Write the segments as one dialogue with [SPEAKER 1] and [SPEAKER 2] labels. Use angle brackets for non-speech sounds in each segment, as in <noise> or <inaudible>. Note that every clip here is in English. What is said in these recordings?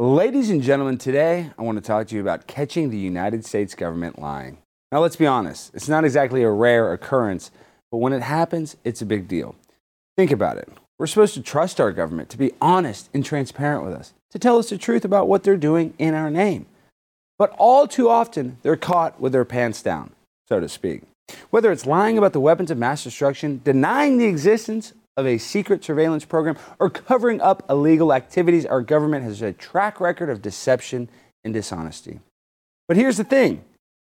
[SPEAKER 1] Ladies and gentlemen, today I want to talk to you about catching the United States government lying. Now, let's be honest, it's not exactly a rare occurrence, but when it happens, it's a big deal. Think about it. We're supposed to trust our government to be honest and transparent with us, to tell us the truth about what they're doing in our name. But all too often, they're caught with their pants down, so to speak. Whether it's lying about the weapons of mass destruction, denying the existence of a secret surveillance program, or covering up illegal activities, our government has a track record of deception and dishonesty. But here's the thing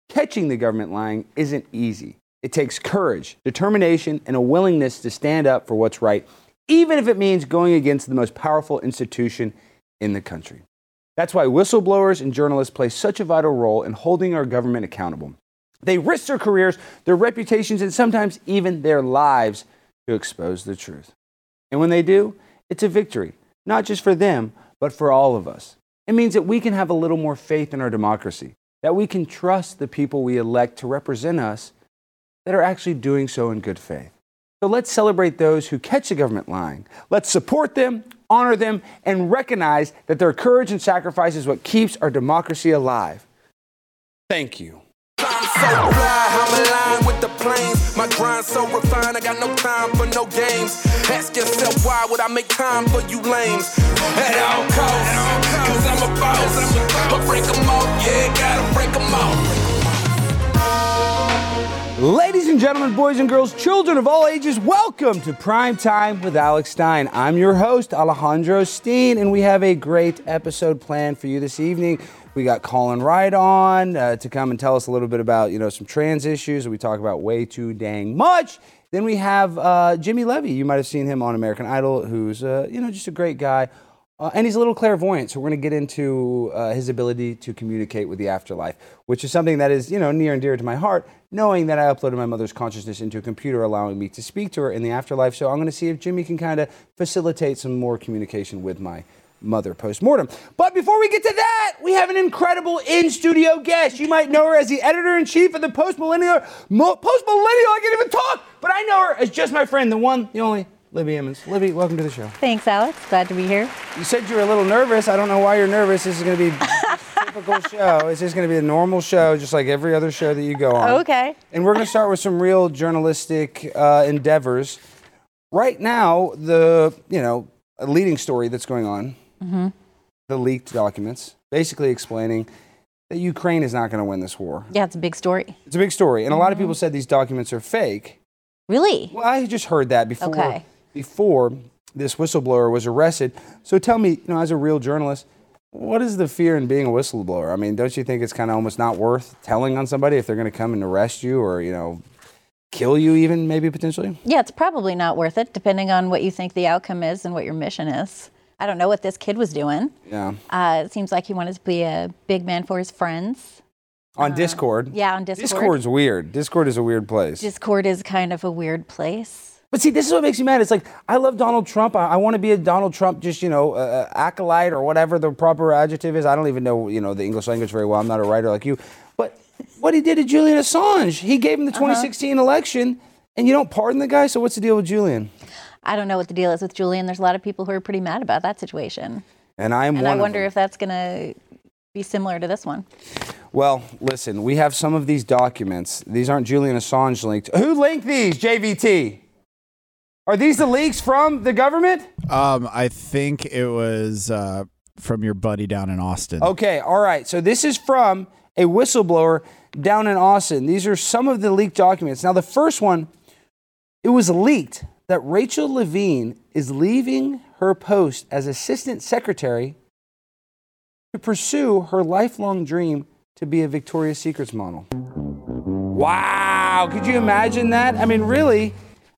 [SPEAKER 1] catching the government lying isn't easy. It takes courage, determination, and a willingness to stand up for what's right, even if it means going against the most powerful institution in the country. That's why whistleblowers and journalists play such a vital role in holding our government accountable. They risk their careers, their reputations, and sometimes even their lives to expose the truth. And when they do, it's a victory, not just for them, but for all of us. It means that we can have a little more faith in our democracy, that we can trust the people we elect to represent us that are actually doing so in good faith. So let's celebrate those who catch the government lying. Let's support them, honor them, and recognize that their courage and sacrifice is what keeps our democracy alive. Thank you.
[SPEAKER 2] I'm so fly, I'm aligned with the planes. My grind so refined, I got no time for no games. Ask yourself why would I make time for you lames? At all costs, cause I'm a boss. But break 'em off, yeah, gotta break 'em off.
[SPEAKER 1] Ladies and gentlemen, boys and girls, children of all ages, welcome to Prime Time with Alex Stein. I'm your host, Alejandro Steen, and we have a great episode planned for you this evening. We got Colin Wright on uh, to come and tell us a little bit about, you know, some trans issues that we talk about way too dang much. Then we have uh, Jimmy Levy. You might have seen him on American Idol, who's, uh, you know, just a great guy. Uh, and he's a little clairvoyant, so we're going to get into uh, his ability to communicate with the afterlife, which is something that is, you know, near and dear to my heart, knowing that I uploaded my mother's consciousness into a computer, allowing me to speak to her in the afterlife. So I'm going to see if Jimmy can kind of facilitate some more communication with my mother postmortem. But before we get to that, we have an incredible in-studio guest. You might know her as the editor-in-chief of the Post-Millennial. Mo- Post-Millennial, I can't even talk, but I know her as just my friend, the one, the only, Libby Emmons. Libby, welcome to the show.
[SPEAKER 3] Thanks, Alex. Glad to be here.
[SPEAKER 1] You said you were a little nervous. I don't know why you're nervous. This is going <laughs> to be a typical show. It's just going to be a normal show, just like every other show that you go on.
[SPEAKER 3] Okay.
[SPEAKER 1] And we're going to start with some real journalistic uh, endeavors. Right now, the you know leading story that's going on,
[SPEAKER 3] Mm-hmm.
[SPEAKER 1] the leaked documents, basically explaining that Ukraine is not going to win this war.
[SPEAKER 3] Yeah, it's a big story.
[SPEAKER 1] It's a big story, and a lot of people said these documents are fake.
[SPEAKER 3] Mm-hmm. Really?
[SPEAKER 1] Well, I just heard that before
[SPEAKER 3] Okay.
[SPEAKER 1] before this whistleblower was arrested. So tell me, you know, as a real journalist, what is the fear in being a whistleblower? I mean, don't you think it's kind of almost not worth telling on somebody if they're going to come and arrest you or you know, kill you even maybe potentially?
[SPEAKER 3] Yeah, it's probably not worth it, depending on what you think the outcome is and what your mission is. I don't know what this kid was doing.
[SPEAKER 1] Yeah.
[SPEAKER 3] Uh, it seems like he wanted to be a big man for his friends.
[SPEAKER 1] On Discord.
[SPEAKER 3] Uh, yeah, on Discord.
[SPEAKER 1] Discord's weird. Discord is a weird place.
[SPEAKER 3] Discord is kind of a weird place.
[SPEAKER 1] But see, this is what makes me mad. It's like I love Donald Trump. I, I want to be a Donald Trump, just you know, uh, acolyte or whatever the proper adjective is. I don't even know you know the English language very well. I'm not a writer like you. But what he did to Julian Assange, he gave him
[SPEAKER 3] Uh-huh.
[SPEAKER 1] the 2016 election, and you don't pardon the guy. So what's the deal with Julian?
[SPEAKER 3] I don't know what the deal is with Julian. There's a lot of people who are pretty mad about that situation.
[SPEAKER 1] And I am
[SPEAKER 3] And
[SPEAKER 1] one.
[SPEAKER 3] I
[SPEAKER 1] of
[SPEAKER 3] wonder
[SPEAKER 1] them.
[SPEAKER 3] if that's going to be similar to this one.
[SPEAKER 1] Well, listen, we have some of these documents. These aren't Julian Assange linked. Who linked these? JVT. Are these the leaks from the government?
[SPEAKER 4] Um, I think it was uh, from your buddy down in Austin.
[SPEAKER 1] Okay, all right. So this is from a whistleblower down in Austin. These are some of the leaked documents. Now, the first one, it was leaked that Rachel Levine is leaving her post as assistant secretary to pursue her lifelong dream to be a Victoria's Secrets model. Wow, could you imagine that? I mean, really,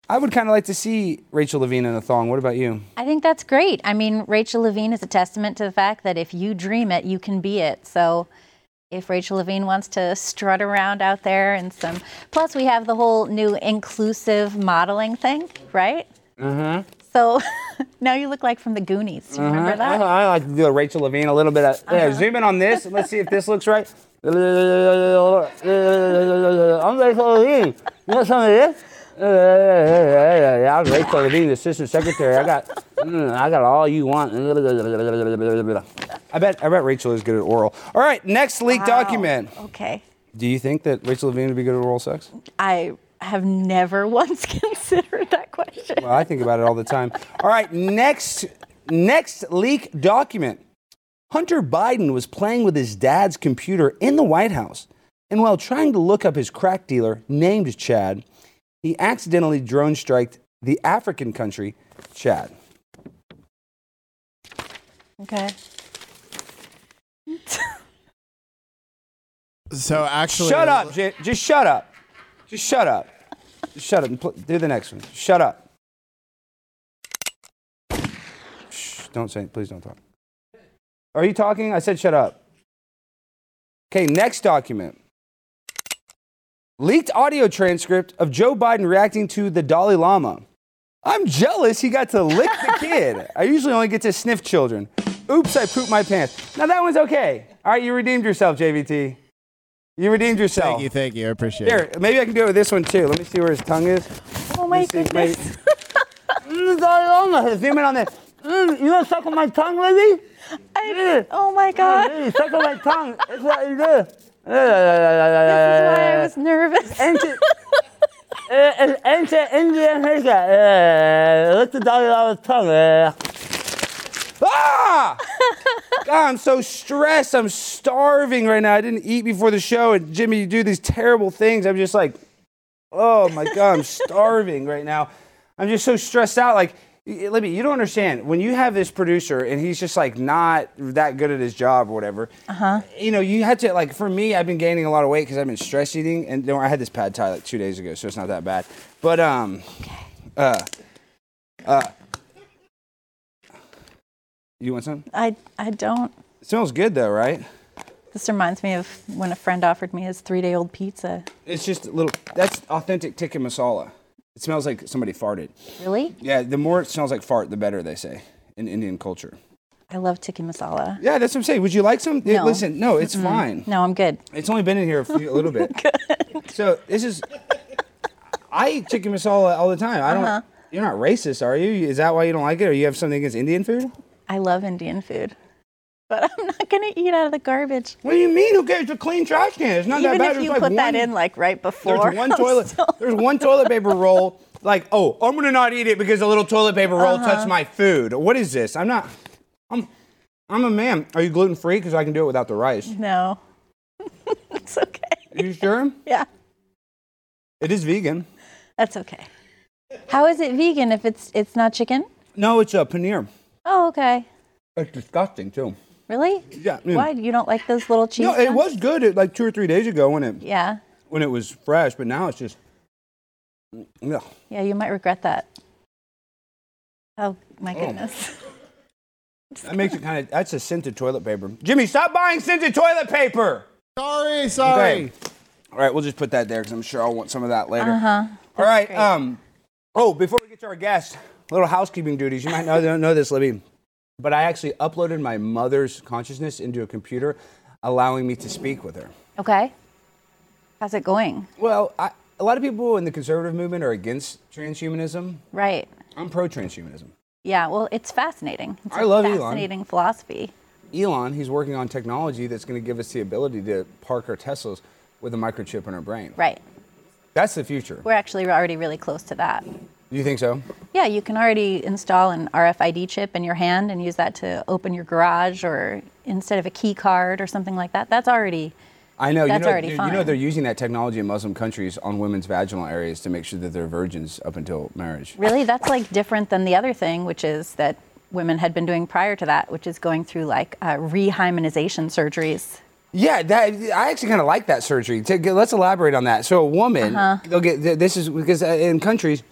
[SPEAKER 1] I would kind of like to see Rachel Levine in a thong. What about you?
[SPEAKER 3] I think that's great. I mean, Rachel Levine is a testament to the fact that if you dream it, you can be it. So if Rachel Levine wants to strut around out there and some plus we have the whole new inclusive modeling thing, right? Mm-hmm. So <laughs> now you look like from the Goonies. Do you remember that? Uh-huh.
[SPEAKER 1] Uh-huh, I like to do a Rachel Levine, a little bit of yeah, zoom in on this. and Let's see if this looks right. I'm Rachel Levine. You know some of this? uh, I'm Rachel Levine, Assistant Secretary. I got, mm, I got all you want. I bet, I bet Rachel is good at oral. All right, next leaked
[SPEAKER 3] Wow.
[SPEAKER 1] document.
[SPEAKER 3] Okay.
[SPEAKER 1] Do you think that Rachel Levine would be good at oral sex?
[SPEAKER 3] I have never <laughs> once considered that question.
[SPEAKER 1] Well, I think about it all the time. All right, next next leak document. Hunter Biden was playing with his dad's computer in the White House, and while trying to look up his crack dealer named Chad, he accidentally drone striked the African country, Chad. <laughs>
[SPEAKER 3] Okay.
[SPEAKER 4] So actually,
[SPEAKER 1] Shut up, J- just shut up, just shut up, just shut up. and Pl- do the next one. Shut up. Shh, don't say. Please don't talk. Are you talking? I said shut up. Okay, next document. Leaked audio transcript of Joe Biden reacting to the Dalai Lama. I'm jealous he got to lick the
[SPEAKER 4] <laughs>
[SPEAKER 1] kid. I usually only get to sniff children. Oops, I pooped my pants. Now that one's okay. All right, you redeemed yourself, JVT. You redeemed yourself.
[SPEAKER 4] Thank you, thank you. I appreciate it.
[SPEAKER 1] Here, maybe I can do it with this one too. Let me see where his tongue is.
[SPEAKER 3] Oh my
[SPEAKER 1] Let me see,
[SPEAKER 3] goodness.
[SPEAKER 1] Mm, Dalai Lama, zoom in on this. Mm, you want to suckle my tongue, lady?
[SPEAKER 3] I, oh my god.
[SPEAKER 1] Hey, suckle my tongue. That's what you do. This
[SPEAKER 3] This is why I was
[SPEAKER 1] <laughs>
[SPEAKER 3] nervous.
[SPEAKER 1] uh, enter India and Asia. Uh, look the Dalai Lama's tongue. Uh. Ah! <laughs> God, I'm so stressed. I'm starving right now. I didn't eat before the show, and Jimmy, you do these terrible things. I'm just like, oh my God, I'm starving right now. I'm just so stressed out. Like, y- Libby, you don't understand. When you have this producer and he's just like not that good at his job or whatever, uh-huh. you know, you had to, like, for me, I've been gaining a lot of weight because I've been stress eating. And you know, I had this pad thai like two days ago, so it's not that bad. But, um, uh, uh, you want some?
[SPEAKER 3] I I don't.
[SPEAKER 1] It smells good though, right?
[SPEAKER 3] This reminds me of when a friend offered me his three-day-old pizza.
[SPEAKER 1] It's just a little. That's authentic tikka masala. It smells like somebody farted.
[SPEAKER 3] Really?
[SPEAKER 1] Yeah, the more it smells like fart, the better they say in Indian culture.
[SPEAKER 3] I love tikka masala.
[SPEAKER 1] Yeah, that's what I'm saying. Would you like some? Yeah,
[SPEAKER 3] No.
[SPEAKER 1] Listen, no, it's fine.
[SPEAKER 3] No, I'm good.
[SPEAKER 1] It's only been in here a, few, a
[SPEAKER 3] <laughs>
[SPEAKER 1] little bit. So this is. I eat chicken masala all the time. I don't.
[SPEAKER 3] Uh-huh.
[SPEAKER 1] You're not racist, are you? Is that why you don't like it, or you have something against Indian food?
[SPEAKER 3] I love Indian food, but I'm not <laughs> gonna eat out of the garbage.
[SPEAKER 1] What do you mean? Who cares? It's a clean trash can. It's not that
[SPEAKER 3] Even
[SPEAKER 1] bad.
[SPEAKER 3] if
[SPEAKER 1] There's
[SPEAKER 3] you
[SPEAKER 1] like
[SPEAKER 3] put that
[SPEAKER 1] one-
[SPEAKER 3] in like right before,
[SPEAKER 1] There's
[SPEAKER 3] <laughs>
[SPEAKER 1] one
[SPEAKER 3] I'm
[SPEAKER 1] toilet.
[SPEAKER 3] still-
[SPEAKER 1] There's one toilet paper roll. Like, oh, I'm gonna not eat it because the little toilet paper roll
[SPEAKER 3] Uh-huh.
[SPEAKER 1] touched my food. What is this? I'm not. I'm. I'm a man. Are you gluten free? Because I can do it without the rice.
[SPEAKER 3] No, <laughs> it's okay.
[SPEAKER 1] You sure?
[SPEAKER 3] Yeah,
[SPEAKER 1] It is vegan.
[SPEAKER 3] that's okay. How is it vegan if it's it's not chicken?
[SPEAKER 1] No, it's a paneer.
[SPEAKER 3] Oh, okay.
[SPEAKER 1] It's disgusting too.
[SPEAKER 3] Really?
[SPEAKER 1] Yeah. mm.
[SPEAKER 3] Why you don't like those little cheese?
[SPEAKER 1] No, it
[SPEAKER 3] ones?
[SPEAKER 1] was good at like two or three days ago when it
[SPEAKER 3] Yeah,
[SPEAKER 1] when it was fresh, but now it's just. Yeah.
[SPEAKER 3] yeah. You might regret that. Oh my goodness.
[SPEAKER 1] That makes it kind of. That's a scented toilet paper. Jimmy, stop buying scented toilet paper.
[SPEAKER 4] Sorry, sorry.
[SPEAKER 1] All right, we'll just put that there because I'm sure I'll want some of that later. Uh-huh. All right.
[SPEAKER 3] great.
[SPEAKER 1] Um, oh, before we get to our guest, little housekeeping duties. You might not don't know this, Libby, but I actually uploaded my mother's consciousness into a computer, allowing me to speak with her.
[SPEAKER 3] Okay. How's it going?
[SPEAKER 1] Well, I, a lot of people in the conservative movement are against transhumanism.
[SPEAKER 3] Right.
[SPEAKER 1] I'm pro transhumanism.
[SPEAKER 3] Yeah. Well, it's fascinating. It's
[SPEAKER 1] I
[SPEAKER 3] a
[SPEAKER 1] love Elon.
[SPEAKER 3] fascinating philosophy.
[SPEAKER 1] Elon, he's working on technology that's going to give us the ability to park our Teslas with a microchip in our brain.
[SPEAKER 3] Right.
[SPEAKER 1] That's the future.
[SPEAKER 3] We're actually already really close to that.
[SPEAKER 1] Do you think so?
[SPEAKER 3] Yeah, you can already install an RFID chip in your hand and use that to open your garage or instead of a key card or something like that. That's already
[SPEAKER 1] I know.
[SPEAKER 3] That's
[SPEAKER 1] you know,
[SPEAKER 3] already
[SPEAKER 1] you,
[SPEAKER 3] fine.
[SPEAKER 1] know they're using that technology in Muslim countries on women's vaginal areas to make sure that they're virgins up until marriage.
[SPEAKER 3] really that's like different than the other thing, which is that women had been doing prior to that, which is going through like uh, rehymenization surgeries.
[SPEAKER 1] Yeah, that I actually kind of like that surgery. To get- Let's elaborate on that. So a woman,
[SPEAKER 3] Uh-huh.
[SPEAKER 1] they'll get th- this is because uh, in countries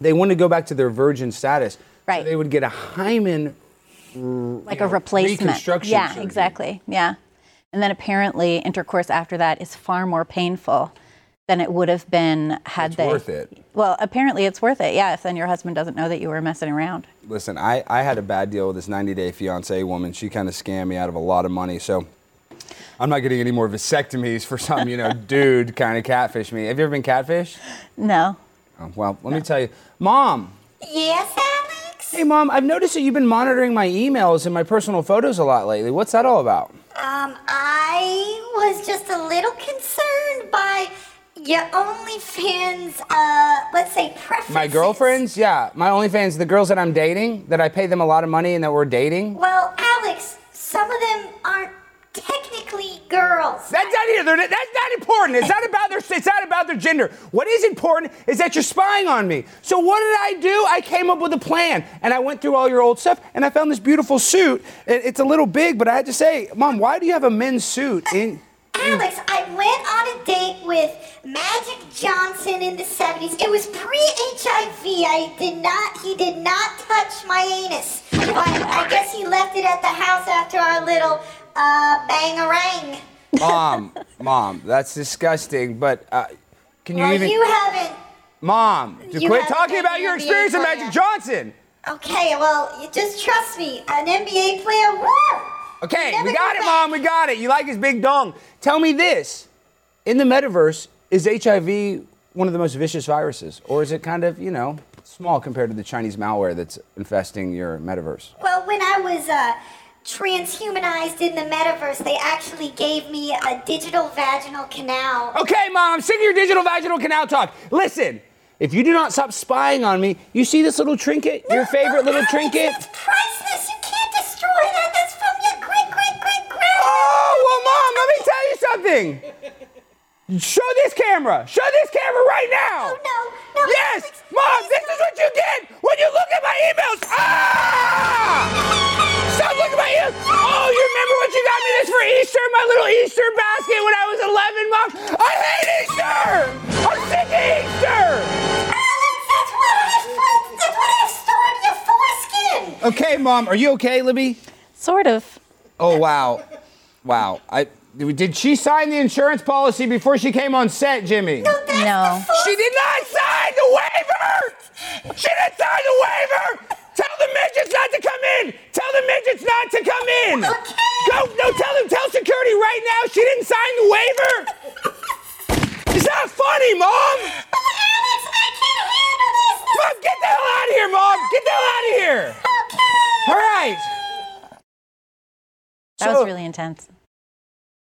[SPEAKER 1] they want to go back to their virgin status. So
[SPEAKER 3] Right.
[SPEAKER 1] they would get a hymen.
[SPEAKER 3] like
[SPEAKER 1] you
[SPEAKER 3] a
[SPEAKER 1] know,
[SPEAKER 3] replacement.
[SPEAKER 1] reconstruction
[SPEAKER 3] yeah,
[SPEAKER 1] surgery.
[SPEAKER 3] exactly. Yeah. And then apparently intercourse after that is far more painful than it would have been had
[SPEAKER 1] It's
[SPEAKER 3] they
[SPEAKER 1] worth it.
[SPEAKER 3] Well, apparently it's worth it. Yeah, if then your husband doesn't know that you were messing around.
[SPEAKER 1] Listen, I, I had a bad deal with this 90 day fiance woman. She kind of scammed me out of a lot of money. So I'm not getting any
[SPEAKER 3] <laughs>
[SPEAKER 1] more vasectomies for some you know dude kind of catfish me. Have you ever been catfished?
[SPEAKER 3] No.
[SPEAKER 1] Oh, well, let me tell you, Mom.
[SPEAKER 5] Yes, Alex?
[SPEAKER 1] Hey, Mom. I've noticed that you've been monitoring my emails and my personal photos a lot lately. What's that all about?
[SPEAKER 5] Um, I was just a little concerned by your OnlyFans, uh, let's say preferences.
[SPEAKER 1] My girlfriends, yeah, my OnlyFans, the girls that I'm dating, that I pay them a lot of money and that we're dating.
[SPEAKER 5] Well, Alex, some of them aren't technically girls.
[SPEAKER 1] That's not either. They're not- That's not important. It's not about their. It's not about their gender. What is important is that you're spying on me. So what did I do? I came up with a plan, and I went through all your old stuff, and I found this beautiful suit. It- It's a little big, but I had to say, Mom, why do you have a men's suit in?
[SPEAKER 5] Alex,
[SPEAKER 1] Mm.
[SPEAKER 5] I went on a date with Magic Johnson in the 70s. It was pre-HIV. I did not, he did not touch my anus. But I guess he left it at the house after our little, uh, bangarang.
[SPEAKER 1] <laughs> Mom, Mom, that's disgusting. But uh, can you
[SPEAKER 5] Well,
[SPEAKER 1] even?
[SPEAKER 5] you haven't.
[SPEAKER 1] Mom, to
[SPEAKER 5] you
[SPEAKER 1] quit
[SPEAKER 5] haven't
[SPEAKER 1] talking
[SPEAKER 5] been
[SPEAKER 1] about
[SPEAKER 5] in
[SPEAKER 1] your
[SPEAKER 5] the
[SPEAKER 1] experience at
[SPEAKER 5] media.
[SPEAKER 1] Magic Johnson.
[SPEAKER 5] Okay, well, you just trust me. An NBA player, woo!
[SPEAKER 1] Okay,
[SPEAKER 5] Never
[SPEAKER 1] we got
[SPEAKER 5] go
[SPEAKER 1] it,
[SPEAKER 5] back.
[SPEAKER 1] Mom. We got it. You like his big dong. Tell me this. In the metaverse, is HIV one of the most vicious viruses? Or is it kind of, you know, small compared to the Chinese malware that's infesting your metaverse?
[SPEAKER 5] Well, when I was uh, transhumanized in the metaverse, they actually gave me a digital vaginal canal.
[SPEAKER 1] Okay, Mom, I'm sick of your digital vaginal canal talk. Listen, if you do not stop spying on me, you see this little trinket? Your
[SPEAKER 5] No,
[SPEAKER 1] favorite
[SPEAKER 5] no,
[SPEAKER 1] little
[SPEAKER 5] Alex,
[SPEAKER 1] trinket?
[SPEAKER 5] It's priceless. You can't destroy that. That's from your great, great, great, great.
[SPEAKER 1] Oh, well, Mom, let me tell you something. Show this camera. Show this camera right now.
[SPEAKER 5] Oh, no, no,
[SPEAKER 1] Yes,
[SPEAKER 5] Alex,
[SPEAKER 1] Mom,
[SPEAKER 5] please
[SPEAKER 1] this
[SPEAKER 5] don't.
[SPEAKER 1] is what you get when you look at my emails. Ah! Stop looking at my emails. Oh, you remember what you got me this for Easter? My little Easter basket when I was 11, Mom. I hate Easter. I'm sick of Easter.
[SPEAKER 5] Alex, that's what I have. That's what I have stored your foreskin.
[SPEAKER 1] Okay, Mom, are you okay, Libby?
[SPEAKER 3] Sort of.
[SPEAKER 1] Oh wow, wow. I did she sign the insurance policy before she came on set, Jimmy?
[SPEAKER 5] No, that's
[SPEAKER 3] No.
[SPEAKER 5] the force-
[SPEAKER 1] She did not sign the waiver! She didn't sign the waiver! Tell the midgets not to come in! Tell the midgets not to come in! Go, no, tell them, tell security right now she didn't sign the waiver! It's not funny, Mom!
[SPEAKER 5] Oh, Alex, I can't handle this. This
[SPEAKER 1] Mom, get the hell out of here, Mom! Get the hell out of here!
[SPEAKER 5] is okay.
[SPEAKER 1] All right!
[SPEAKER 3] That
[SPEAKER 1] So-
[SPEAKER 3] was really intense.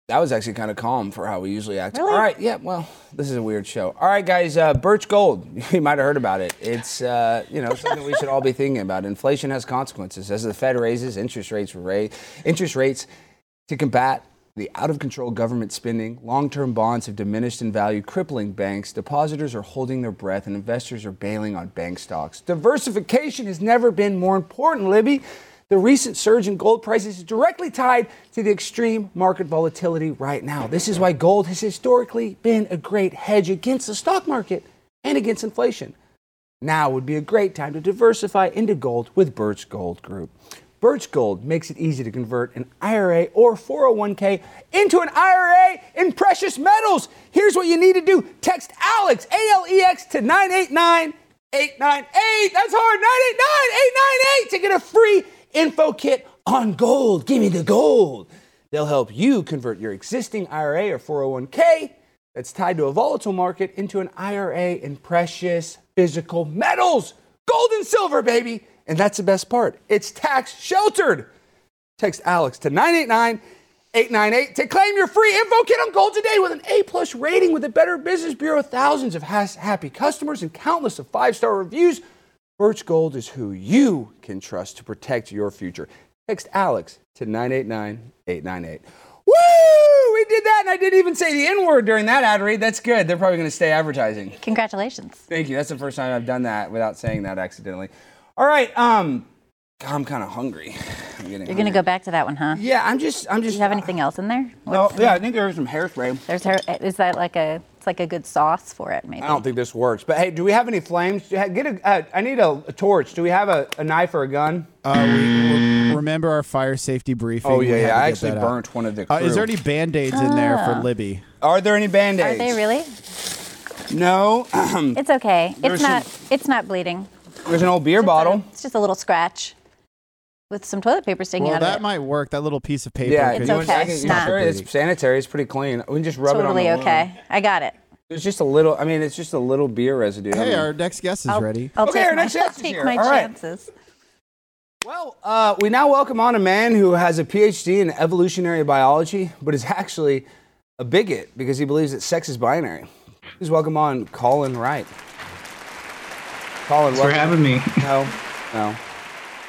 [SPEAKER 1] That was actually kind of calm for how we usually act.
[SPEAKER 3] Really?
[SPEAKER 1] All right, yeah. Well, this is a weird show. All right, guys. Uh, Birch Gold. <laughs> You might have heard about it. It's uh, you know something we should all be thinking about. Inflation has consequences. As the Fed raises interest rates, raise interest rates to combat the out of control government spending, long term bonds have diminished in value, crippling banks. Depositors are holding their breath, and investors are bailing on bank stocks. Diversification has never been more important, Libby. The recent surge in gold prices is directly tied to the extreme market volatility right now. This is why gold has historically been a great hedge against the stock market and against inflation. Now would be a great time to diversify into gold with Birch Gold Group. Birch Gold makes it easy to convert an IRA or 401k into an IRA in precious metals. Here's what you need to do text ALEX, A L E X, to 989 898. That's hard, 989 898 to get a free info kit on gold. Give me the gold. They'll help you convert your existing IRA or 401k that's tied to a volatile market into an IRA in precious physical metals. Gold and silver, baby. And that's the best part. It's tax sheltered. Text Alex to 989 898 to claim your free info kit on gold today with an A plus rating with the Better Business Bureau, thousands of has- happy customers, and countless of five star reviews. Birch Gold is who you can trust to protect your future. Text Alex to 989 898. Woo! We did that, and I didn't even say the N word during that ad read. That's good. They're probably going to stay advertising.
[SPEAKER 3] Congratulations.
[SPEAKER 1] Thank you. That's the first time I've done that without saying that accidentally. All right. Um, God, I'm kind of hungry. I'm
[SPEAKER 3] You're going
[SPEAKER 1] getting
[SPEAKER 3] to
[SPEAKER 1] hungry.
[SPEAKER 3] go back to that one, huh?
[SPEAKER 1] Yeah, I'm just. I'm just.
[SPEAKER 3] Do you have anything else in there?
[SPEAKER 1] Oh,
[SPEAKER 3] What's-
[SPEAKER 1] yeah, I think there was some hairspray.
[SPEAKER 3] There's her. eh, Is that like a? It's like a good sauce for it, maybe.
[SPEAKER 1] I don't think this works. But hey, do we have any flames? Do you ha- Get a. Uh, I need a, a torch. Do we have a, a knife or a gun?
[SPEAKER 4] Uh, we, we- remember our fire safety briefing?
[SPEAKER 1] Oh,
[SPEAKER 4] We
[SPEAKER 1] yeah,
[SPEAKER 4] had
[SPEAKER 1] yeah,
[SPEAKER 4] to
[SPEAKER 1] I
[SPEAKER 4] get
[SPEAKER 1] actually
[SPEAKER 4] that out.
[SPEAKER 1] burnt one of the
[SPEAKER 4] Uh, is
[SPEAKER 1] crew.
[SPEAKER 4] there any band aids in there for Libby?
[SPEAKER 1] Ah. Are there any band
[SPEAKER 3] Are
[SPEAKER 1] aids?
[SPEAKER 3] they really?
[SPEAKER 1] No. <clears throat>
[SPEAKER 3] It's okay.
[SPEAKER 1] There's
[SPEAKER 3] It's
[SPEAKER 1] some-
[SPEAKER 3] not. It's not bleeding.
[SPEAKER 1] There's an old beer
[SPEAKER 3] Just a-
[SPEAKER 1] bottle.
[SPEAKER 3] it's just a little scratch, with some toilet paper sticking
[SPEAKER 4] Well,
[SPEAKER 3] out
[SPEAKER 4] that
[SPEAKER 3] of it.
[SPEAKER 4] might work. That little piece of paper.
[SPEAKER 1] Yeah,
[SPEAKER 4] could
[SPEAKER 3] It's
[SPEAKER 1] you want-
[SPEAKER 3] okay.
[SPEAKER 1] I can-
[SPEAKER 3] It's
[SPEAKER 1] you
[SPEAKER 3] not-
[SPEAKER 1] sure? It's sanitary. It's pretty clean. We can just rub it on.
[SPEAKER 3] totally
[SPEAKER 1] the wound.
[SPEAKER 3] okay. I got it.
[SPEAKER 1] It's just a little. I mean, it's just a little beer residue. I
[SPEAKER 4] Hey,
[SPEAKER 1] mean-
[SPEAKER 4] our next guest is
[SPEAKER 1] Oh,
[SPEAKER 3] I'll,
[SPEAKER 4] ready.
[SPEAKER 3] I'll
[SPEAKER 1] Okay, our
[SPEAKER 3] take my, <laughs>
[SPEAKER 1] next
[SPEAKER 3] I'll
[SPEAKER 1] guest is
[SPEAKER 3] take
[SPEAKER 1] here.
[SPEAKER 3] my
[SPEAKER 1] All right.
[SPEAKER 3] chances.
[SPEAKER 1] Well, uh, we now welcome on a man who has a PhD in evolutionary biology, but is actually a bigot because he believes that sex is binary. Please welcome on Colin Wright. Colin,
[SPEAKER 6] Thanks for having
[SPEAKER 1] welcome.
[SPEAKER 6] me.
[SPEAKER 1] No, no,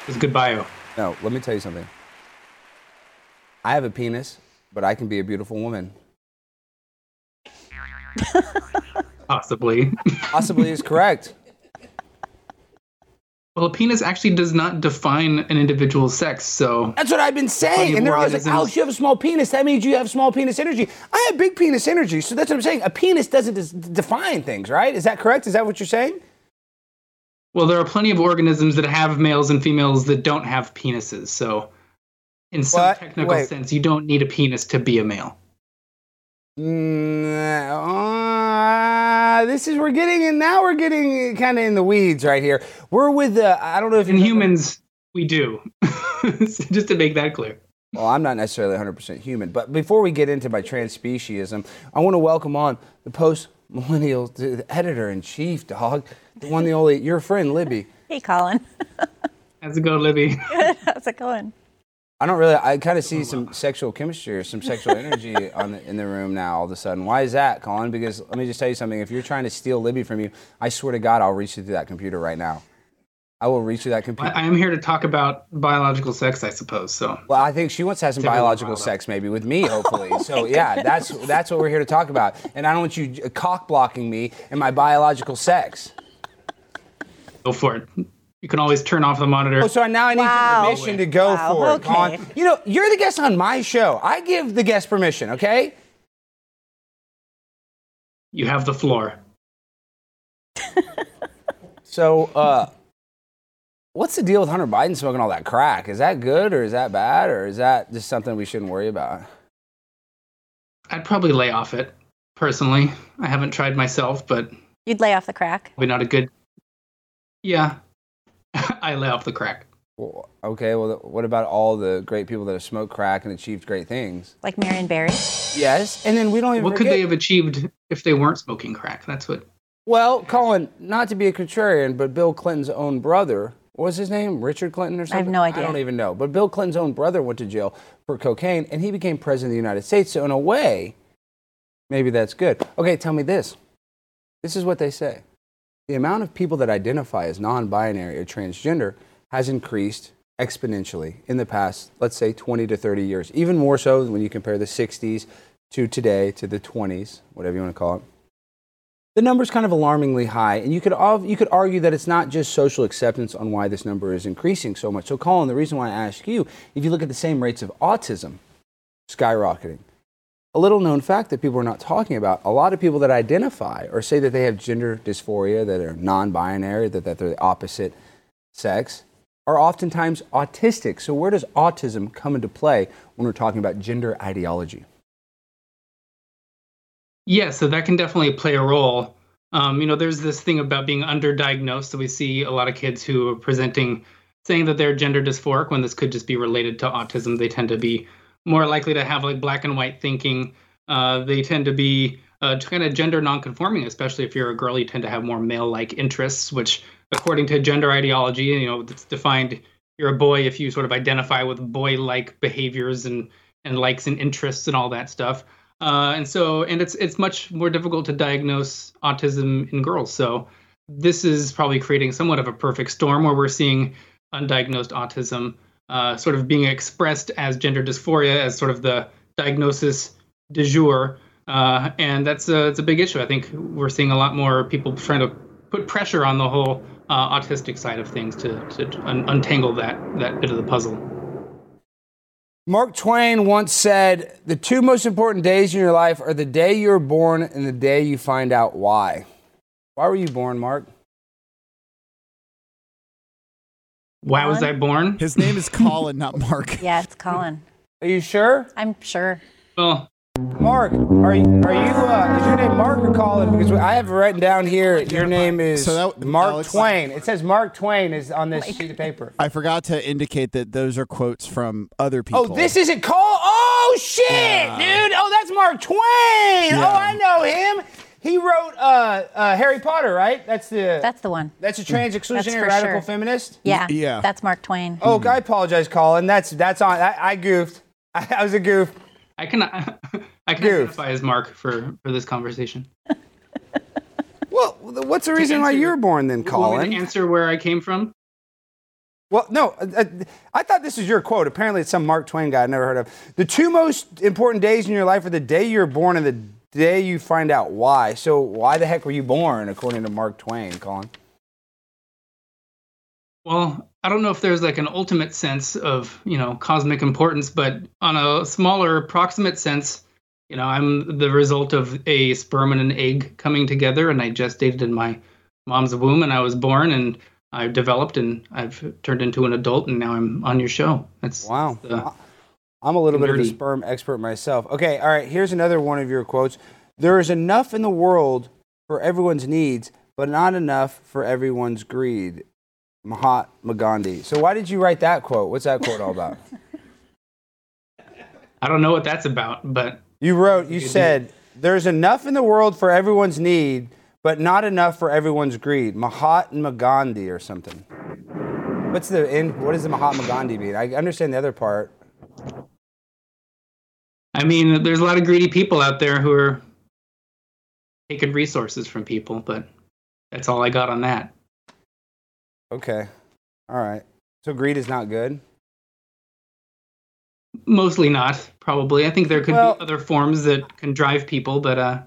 [SPEAKER 6] It's good bio.
[SPEAKER 1] no. Let me tell you something. I have a penis, but I can be a beautiful woman.
[SPEAKER 6] Possibly.
[SPEAKER 1] Possibly is correct.
[SPEAKER 6] well, a penis actually does not define an individual's sex, so
[SPEAKER 1] That's what I've been saying.
[SPEAKER 6] you
[SPEAKER 1] and they're always like,
[SPEAKER 6] moralism.
[SPEAKER 1] Alex, you have a small penis. That means you have small penis energy. I have big penis energy. So that's what I'm saying. A penis doesn't des- define things, right? Is that correct? Is that what you're saying?
[SPEAKER 6] well, there are plenty of organisms that have males and females that don't have penises. So, in some
[SPEAKER 1] What?
[SPEAKER 6] technical
[SPEAKER 1] Wait.
[SPEAKER 6] sense, you don't need a penis to be a male.
[SPEAKER 1] Mm, uh, this is, we're getting, and now we're getting kind of in the weeds right here. We're with, uh, I don't know if
[SPEAKER 6] In
[SPEAKER 1] you-
[SPEAKER 6] humans, we do. <laughs> So Just to make that clear.
[SPEAKER 1] Well, I'm not necessarily 100% human, but before we get into my transspeciesism, I want to welcome on the post millennial, the editor in chief, dog, the one, the only, your friend, Libby.
[SPEAKER 3] Hey, Colin. <laughs>
[SPEAKER 6] How's it go, Libby?
[SPEAKER 3] How's it going?
[SPEAKER 1] I don't really. I kind of see some sexual chemistry or some sexual energy <laughs> on the, in the room now. All of a sudden, why is that, Colin? Because let me just tell you something. If you're trying to steal Libby from you, I swear to God, I'll reach you through that computer right now. I will reach through that computer.
[SPEAKER 6] I I am here to talk about biological sex, I suppose. So,
[SPEAKER 1] Well, I think she wants to have some
[SPEAKER 6] Different
[SPEAKER 1] biological
[SPEAKER 6] model.
[SPEAKER 1] sex, maybe with me, hopefully. so yeah, that's that's what we're here to talk about. And I don't want you uh, cock blocking me and my biological sex.
[SPEAKER 6] go for it. You can always turn off the monitor.
[SPEAKER 1] Oh, so now I need
[SPEAKER 3] Wow.
[SPEAKER 1] your permission to go
[SPEAKER 3] Wow,
[SPEAKER 1] for it,
[SPEAKER 3] okay.
[SPEAKER 1] Colin. You know, you're the guest on my show. I give the guest permission, okay?
[SPEAKER 6] you have the floor.
[SPEAKER 1] So, uh, what's the deal with Hunter Biden smoking all that crack? Is that good or is that bad or is that just something we shouldn't worry about?
[SPEAKER 6] I'd probably lay off it personally. I haven't tried myself, but
[SPEAKER 3] You'd lay off the crack.
[SPEAKER 6] probably not a good. <laughs> Yeah, I lay off the crack.
[SPEAKER 1] Well, okay, well, what about all the great people that have smoked crack and achieved great things?
[SPEAKER 3] Like Marion Barry.
[SPEAKER 1] Yes, and then we don't even.
[SPEAKER 6] What could
[SPEAKER 1] forget-
[SPEAKER 6] they have achieved if they weren't smoking crack? That's what.
[SPEAKER 1] Well, Colin, not to be a contrarian, but Bill Clinton's own brother, what was his name? Richard Clinton or
[SPEAKER 3] I
[SPEAKER 1] something?
[SPEAKER 3] have no idea.
[SPEAKER 1] I don't even know. But Bill Clinton's own brother went to jail for cocaine and he became president of the United States. So, in a way, maybe that's good. Okay, tell me this. This is what they say the amount of people that identify as non binary or transgender has increased exponentially in the past, let's say, 20 to 30 years. Even more so when you compare the 60s to today to the 20s, whatever you want to call it the number's kind of alarmingly high, and you could al- you could argue that it's not just social acceptance on why this number is increasing so much. So, Colin, the reason why I ask you, if you look at the same rates of autism skyrocketing, a little known fact that people are not talking about, a lot of people that identify or say that they have gender dysphoria, that are non-binary, that, that they're the opposite sex, are oftentimes autistic. So, where does autism come into play when we're talking about gender ideology?
[SPEAKER 6] Yeah, so that can definitely play a role. Um, you know, there's this thing about being underdiagnosed. So we see a lot of kids who are presenting saying that they're gender dysphoric when this could just be related to autism. They tend to be more likely to have like black and white thinking. Uh, they tend to be uh, kind of gender nonconforming, especially if you're a girl. You tend to have more male-like interests, which, according to gender ideology, you know, it's defined. You're a boy if you sort of identify with boy-like behaviors and and likes and interests and all that stuff. Uh, and so, and it's it's much more difficult to diagnose autism in girls. So this is probably creating somewhat of a perfect storm where we're seeing undiagnosed autism uh, sort of being expressed as gender dysphoria as sort of the diagnosis de jour. Uh, and that's a, it's a big issue. I think we're seeing a lot more people trying to put pressure on the whole uh, autistic side of things to, to, un- untangle that, that bit of the puzzle.
[SPEAKER 1] Mark Twain once said, The two most important days in your life are the day you were born and the day you find out why. Why were you born, Mark?
[SPEAKER 6] Why was I
[SPEAKER 3] Colin?
[SPEAKER 6] born?
[SPEAKER 4] His name is Colin, not Mark.
[SPEAKER 3] Yeah, it's Colin.
[SPEAKER 1] <laughs> Are you sure?
[SPEAKER 3] I'm sure.
[SPEAKER 6] Well,
[SPEAKER 1] <laughs> Mark, are you, are you uh, is your name Mark or Colin? Because I have it written down here, your name is
[SPEAKER 4] So that-
[SPEAKER 1] Mark
[SPEAKER 4] Alex-
[SPEAKER 1] Twain. It says Mark Twain is on this sheet of paper.
[SPEAKER 4] I forgot to indicate that those are quotes from other people.
[SPEAKER 1] Oh, this isn't Cole. Oh shit, dude. Oh, that's Mark Twain.
[SPEAKER 4] Yeah.
[SPEAKER 1] Oh, I know him. He wrote uh, uh, Harry Potter, right? That's the
[SPEAKER 3] That's the one.
[SPEAKER 1] that's a
[SPEAKER 6] Mm.
[SPEAKER 1] trans
[SPEAKER 3] for
[SPEAKER 1] exclusionary radical
[SPEAKER 3] sure.
[SPEAKER 1] feminist.
[SPEAKER 3] Yeah.
[SPEAKER 4] yeah.
[SPEAKER 3] That's Mark Twain.
[SPEAKER 1] Oh, I apologize, Colin. That's that's on. I, I goofed. <laughs> I, I was a goof.
[SPEAKER 6] I can <laughs> I can
[SPEAKER 1] Dude.
[SPEAKER 6] identify as Mark for for this conversation.
[SPEAKER 7] Well, what's the reason why
[SPEAKER 6] answer
[SPEAKER 7] you
[SPEAKER 6] your-
[SPEAKER 7] were born then,
[SPEAKER 6] You want me to
[SPEAKER 7] Colin?
[SPEAKER 6] answer where I came from.
[SPEAKER 1] Well, no, uh, uh, I thought this was your quote. Apparently, it's some Mark Twain guy I never heard of. The two most important days in your life are the day you're born and the day you find out why. So, why the heck were you born, according to Mark Twain, Colin?
[SPEAKER 6] Well, I don't know if there's like an ultimate sense of, you know, cosmic importance, but on a smaller approximate sense, you know, I'm the result of a sperm and an egg coming together and I gestated in my mom's womb and I was born and I developed and I've turned into an adult and now I'm on your show. That's
[SPEAKER 1] Wow.
[SPEAKER 6] that's the-
[SPEAKER 1] I'm a little bit of a
[SPEAKER 6] Nerdy.
[SPEAKER 1] sperm expert myself. Okay, all right, here's another one of your quotes. There is enough in the world for everyone's needs, but not enough for everyone's greed. Mahatma Gandhi. So, why did you write that quote? What's that quote
[SPEAKER 6] <laughs>
[SPEAKER 1] all about?
[SPEAKER 6] I don't know what that's about, but
[SPEAKER 1] You wrote, you said, there's enough in the world for everyone's need, but not enough for everyone's greed. Mahatma Gandhi or something. What's the end? What does the Mahatma Gandhi mean? I understand the other part.
[SPEAKER 6] I mean, there's a lot of greedy people out there who are taking resources from people, but that's all I got on that.
[SPEAKER 1] Okay. All right. So greed is not good.
[SPEAKER 6] Mostly not, probably. I think there could
[SPEAKER 1] Well-
[SPEAKER 6] be other forms that can drive people, but uh,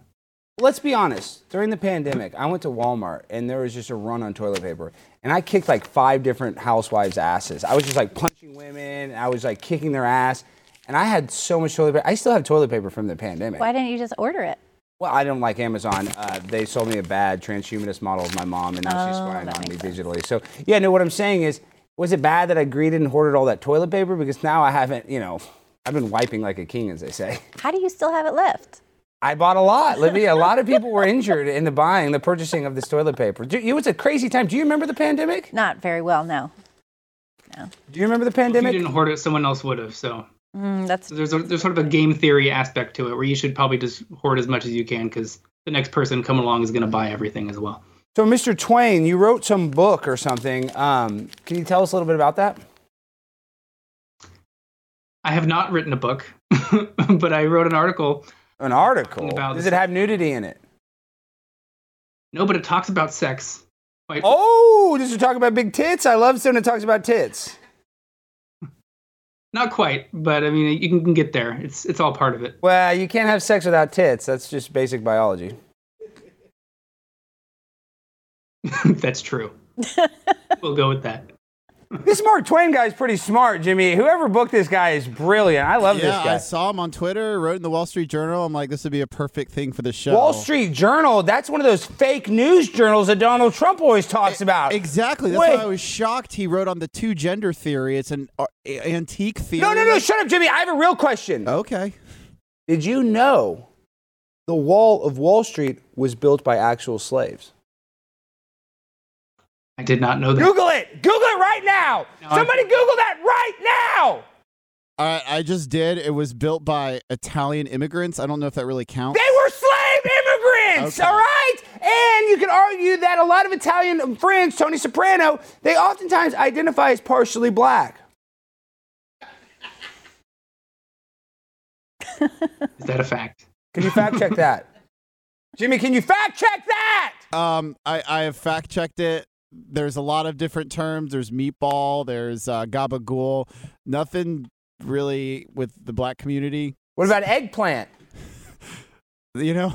[SPEAKER 1] Let's be honest. During the pandemic, I went to Walmart and there was just a run on toilet paper. And I kicked like five different housewives' asses. I was just like punching women. And I was like kicking their ass. And I had so much toilet paper. I still have toilet paper from the pandemic.
[SPEAKER 3] Why didn't you just order it?
[SPEAKER 1] Well, I don't like Amazon. Uh, they sold me a bad transhumanist model of my mom, and now she's
[SPEAKER 3] Oh,
[SPEAKER 1] spying
[SPEAKER 3] that
[SPEAKER 1] on me
[SPEAKER 3] makes
[SPEAKER 1] digitally. So, yeah, no, what I'm saying is, was it bad that I greeted and hoarded all that toilet paper? Because now I haven't, you know, I've been wiping like a king, as they say.
[SPEAKER 3] How do you still have it left?
[SPEAKER 1] I bought a lot, Libby. A lot of people were injured in the buying, the purchasing of this toilet paper. Do- It was a crazy time. Do you remember the pandemic?
[SPEAKER 3] Not very well, no.
[SPEAKER 1] Do you remember the
[SPEAKER 6] if you
[SPEAKER 1] pandemic?
[SPEAKER 6] didn't hoard it, someone else would have. So
[SPEAKER 3] Mm, that's
[SPEAKER 6] there's a, there's sort of a game theory aspect to it where you should probably just hoard as much as you can because the next person coming along is going to buy everything as well.
[SPEAKER 1] So, Mr. Twain, you wrote some book or something. Um, can you tell us a little bit about that?
[SPEAKER 6] I have not written a book, <laughs> but I wrote an article.
[SPEAKER 1] An article.
[SPEAKER 6] About
[SPEAKER 1] Does
[SPEAKER 6] this-
[SPEAKER 1] it have nudity in it?
[SPEAKER 6] No, but it talks about sex. Quite,
[SPEAKER 1] Oh, does it talk about big tits? I love someone that talks about tits.
[SPEAKER 6] Not quite, but I mean, you can, can get there. It's it's all part of it.
[SPEAKER 1] Well, you can't have sex without tits. That's just basic biology.
[SPEAKER 6] <laughs> That's true. we'll go with that.
[SPEAKER 1] <laughs> This Mark Twain guy's pretty smart, Jimmy. Whoever booked this guy is brilliant. I love
[SPEAKER 4] Yeah, I
[SPEAKER 1] this guy.
[SPEAKER 4] saw him on Twitter, wrote in the Wall Street Journal. I'm like, this would be a perfect thing for the show.
[SPEAKER 1] Wall Street Journal, that's one of those fake news journals that Donald Trump always talks about.
[SPEAKER 4] E, Exactly. That's
[SPEAKER 1] Wait.
[SPEAKER 4] why I was shocked he wrote on the two gender theory. It's an uh, a- antique theory.
[SPEAKER 1] No, no, no, shut up, Jimmy. I have a real question.
[SPEAKER 4] Okay.
[SPEAKER 1] Did you know the wall of Wall Street was built by actual slaves?
[SPEAKER 6] I did not know that.
[SPEAKER 1] Google it. Google it right now.
[SPEAKER 6] No, I-
[SPEAKER 1] Somebody Google that right now.
[SPEAKER 4] All right, I just did. It was built by Italian immigrants. I don't know if that really counts.
[SPEAKER 1] They were slave immigrants,
[SPEAKER 4] Okay.
[SPEAKER 1] all right? And you can argue that a lot of Italian friends, Tony Soprano, they oftentimes identify as partially black.
[SPEAKER 6] Is that a fact?
[SPEAKER 1] Can you fact
[SPEAKER 4] <laughs>
[SPEAKER 1] check that? Jimmy, can you fact check that?
[SPEAKER 4] Um, I, I have fact checked it. There's a lot of different terms. There's meatball. There's uh, gabagool. Nothing really with the black community.
[SPEAKER 1] What about eggplant?
[SPEAKER 4] You know.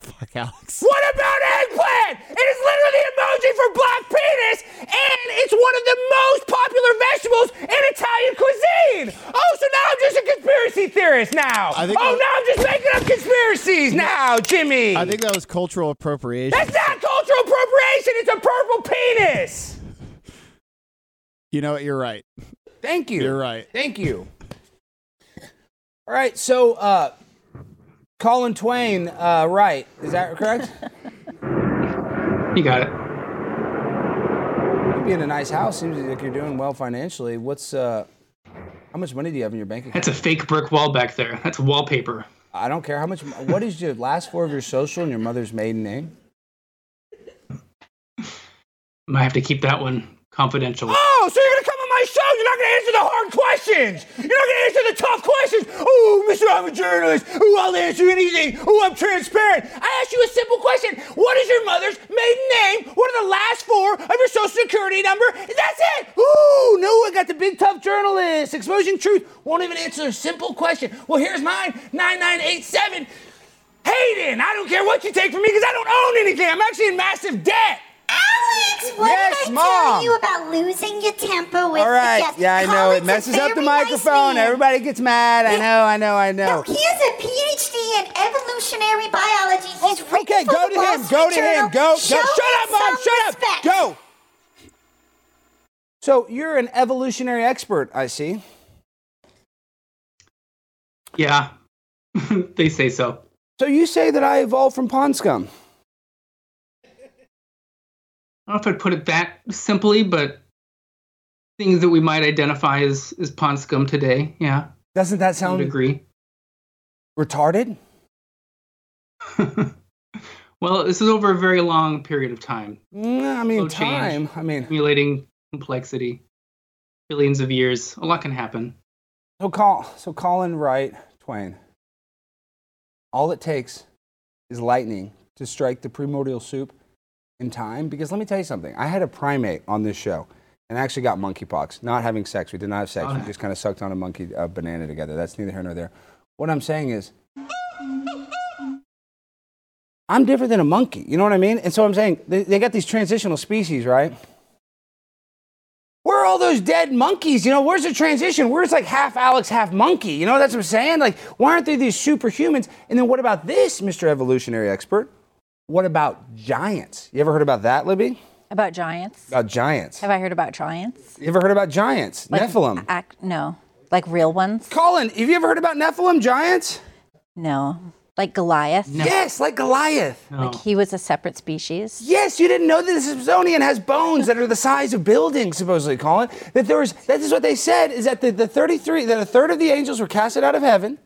[SPEAKER 4] Fuck Alex.
[SPEAKER 1] What about eggplant? It is literally the emoji for black penis, and it's one of the most popular vegetables in Italian cuisine. Oh, so now I'm just a conspiracy theorist now.
[SPEAKER 4] I think-
[SPEAKER 1] oh, now I'm just making up
[SPEAKER 4] <laughs>
[SPEAKER 1] conspiracies now, Jimmy.
[SPEAKER 4] I think that was cultural appropriation.
[SPEAKER 1] That's not cultural appropriation. It's a purple penis.
[SPEAKER 4] you know what? You're right.
[SPEAKER 1] Thank you.
[SPEAKER 4] You're right.
[SPEAKER 1] Thank you. All right. So, uh, Colin Twain, uh, right? Is that correct?
[SPEAKER 6] You got it.
[SPEAKER 1] you be in a nice house. Seems like you're doing well financially. What's uh, how much money do you have in your bank account?
[SPEAKER 6] That's a fake brick wall back there. That's wallpaper.
[SPEAKER 1] I don't care how much. What is your last four of your social and your mother's maiden name?
[SPEAKER 6] I might have to keep that one confidential. <gasps>
[SPEAKER 1] Oh, so you're gonna come on my show? You're not gonna answer the hard questions. You're not gonna answer the tough questions. Oh, Mr. I'm a journalist. Oh, I'll answer anything. Oh, I'm transparent. I asked you a simple question. What is your mother's maiden name? What are the last four of your social security number? And That's it. Ooh, no, I got the big tough journalist exposing truth. Won't even answer a simple question. Well, here's mine. Nine nine eight seven. Hayden, I don't care what you take from me because I don't own anything. I'm actually in massive debt.
[SPEAKER 5] Alex, what
[SPEAKER 1] Yes,
[SPEAKER 5] did I
[SPEAKER 1] Mom.
[SPEAKER 5] tell you about losing your temper with
[SPEAKER 1] All
[SPEAKER 5] <laughs> the
[SPEAKER 1] right.
[SPEAKER 5] guests?
[SPEAKER 1] Yeah, I know.
[SPEAKER 5] Colin's
[SPEAKER 1] It
[SPEAKER 5] a
[SPEAKER 1] messes up the
[SPEAKER 5] very nice
[SPEAKER 1] microphone.
[SPEAKER 5] man.
[SPEAKER 1] Everybody gets mad. I know, I know, I know.
[SPEAKER 5] He has a PhD in evolutionary biology. He's written
[SPEAKER 1] Oh, Okay,
[SPEAKER 5] for
[SPEAKER 1] go
[SPEAKER 5] the
[SPEAKER 1] to
[SPEAKER 5] Wall
[SPEAKER 1] him.
[SPEAKER 5] Street
[SPEAKER 1] Go to him.
[SPEAKER 5] Journal.
[SPEAKER 1] Go. go.
[SPEAKER 5] Show
[SPEAKER 1] Shut up,
[SPEAKER 5] him
[SPEAKER 1] Mom.
[SPEAKER 5] some
[SPEAKER 1] Shut up.
[SPEAKER 5] respect.
[SPEAKER 1] Go. So you're an evolutionary expert, I see.
[SPEAKER 6] Yeah, <laughs> they say so.
[SPEAKER 1] So you say that I evolved from pond scum.
[SPEAKER 6] I don't know if I'd put it that simply, but things that we might identify as as pond scum today. Yeah,
[SPEAKER 1] Doesn't that
[SPEAKER 6] I would
[SPEAKER 1] sound
[SPEAKER 6] agree.
[SPEAKER 1] retarded?
[SPEAKER 6] well, this is over a very long period of time,
[SPEAKER 1] Mm, I mean,
[SPEAKER 6] Slow change.
[SPEAKER 1] time. I mean,
[SPEAKER 6] accumulating complexity, billions of years. A lot can happen.
[SPEAKER 1] so call so Colin Wright Twain. All it takes is lightning to strike the primordial soup in time. Because let me tell you something. I had a primate on this show and I actually got monkeypox. Not having sex. We did not have sex. We just kind of sucked on a monkey uh, banana together. That's neither here nor there. What I'm saying is, I'm different than a monkey. You know what I mean? And so I'm saying they, they got these transitional species, right? Where are all those dead monkeys? You know, where's the transition? Where's like half Alex, half monkey? You know, that's what I'm saying. Like, why aren't there these superhumans? And then what about this, Mr. Evolutionary Expert? What about giants? You ever heard about that, Libby?
[SPEAKER 3] About giants?
[SPEAKER 1] About giants.
[SPEAKER 3] Have I heard about giants?
[SPEAKER 1] You ever heard about giants? Nephilim.
[SPEAKER 3] Ac- no. Like real ones?
[SPEAKER 1] Colin, have you ever heard about Nephilim giants?
[SPEAKER 3] No. Like Goliath?
[SPEAKER 1] Yes, like Goliath.
[SPEAKER 6] No.
[SPEAKER 3] He was a separate species.
[SPEAKER 1] Yes, you didn't know that the Smithsonian has bones that are the size of buildings, supposedly, Colin. That there was, that is what they said, is that the, the 33, that a third of the angels were casted out of heaven.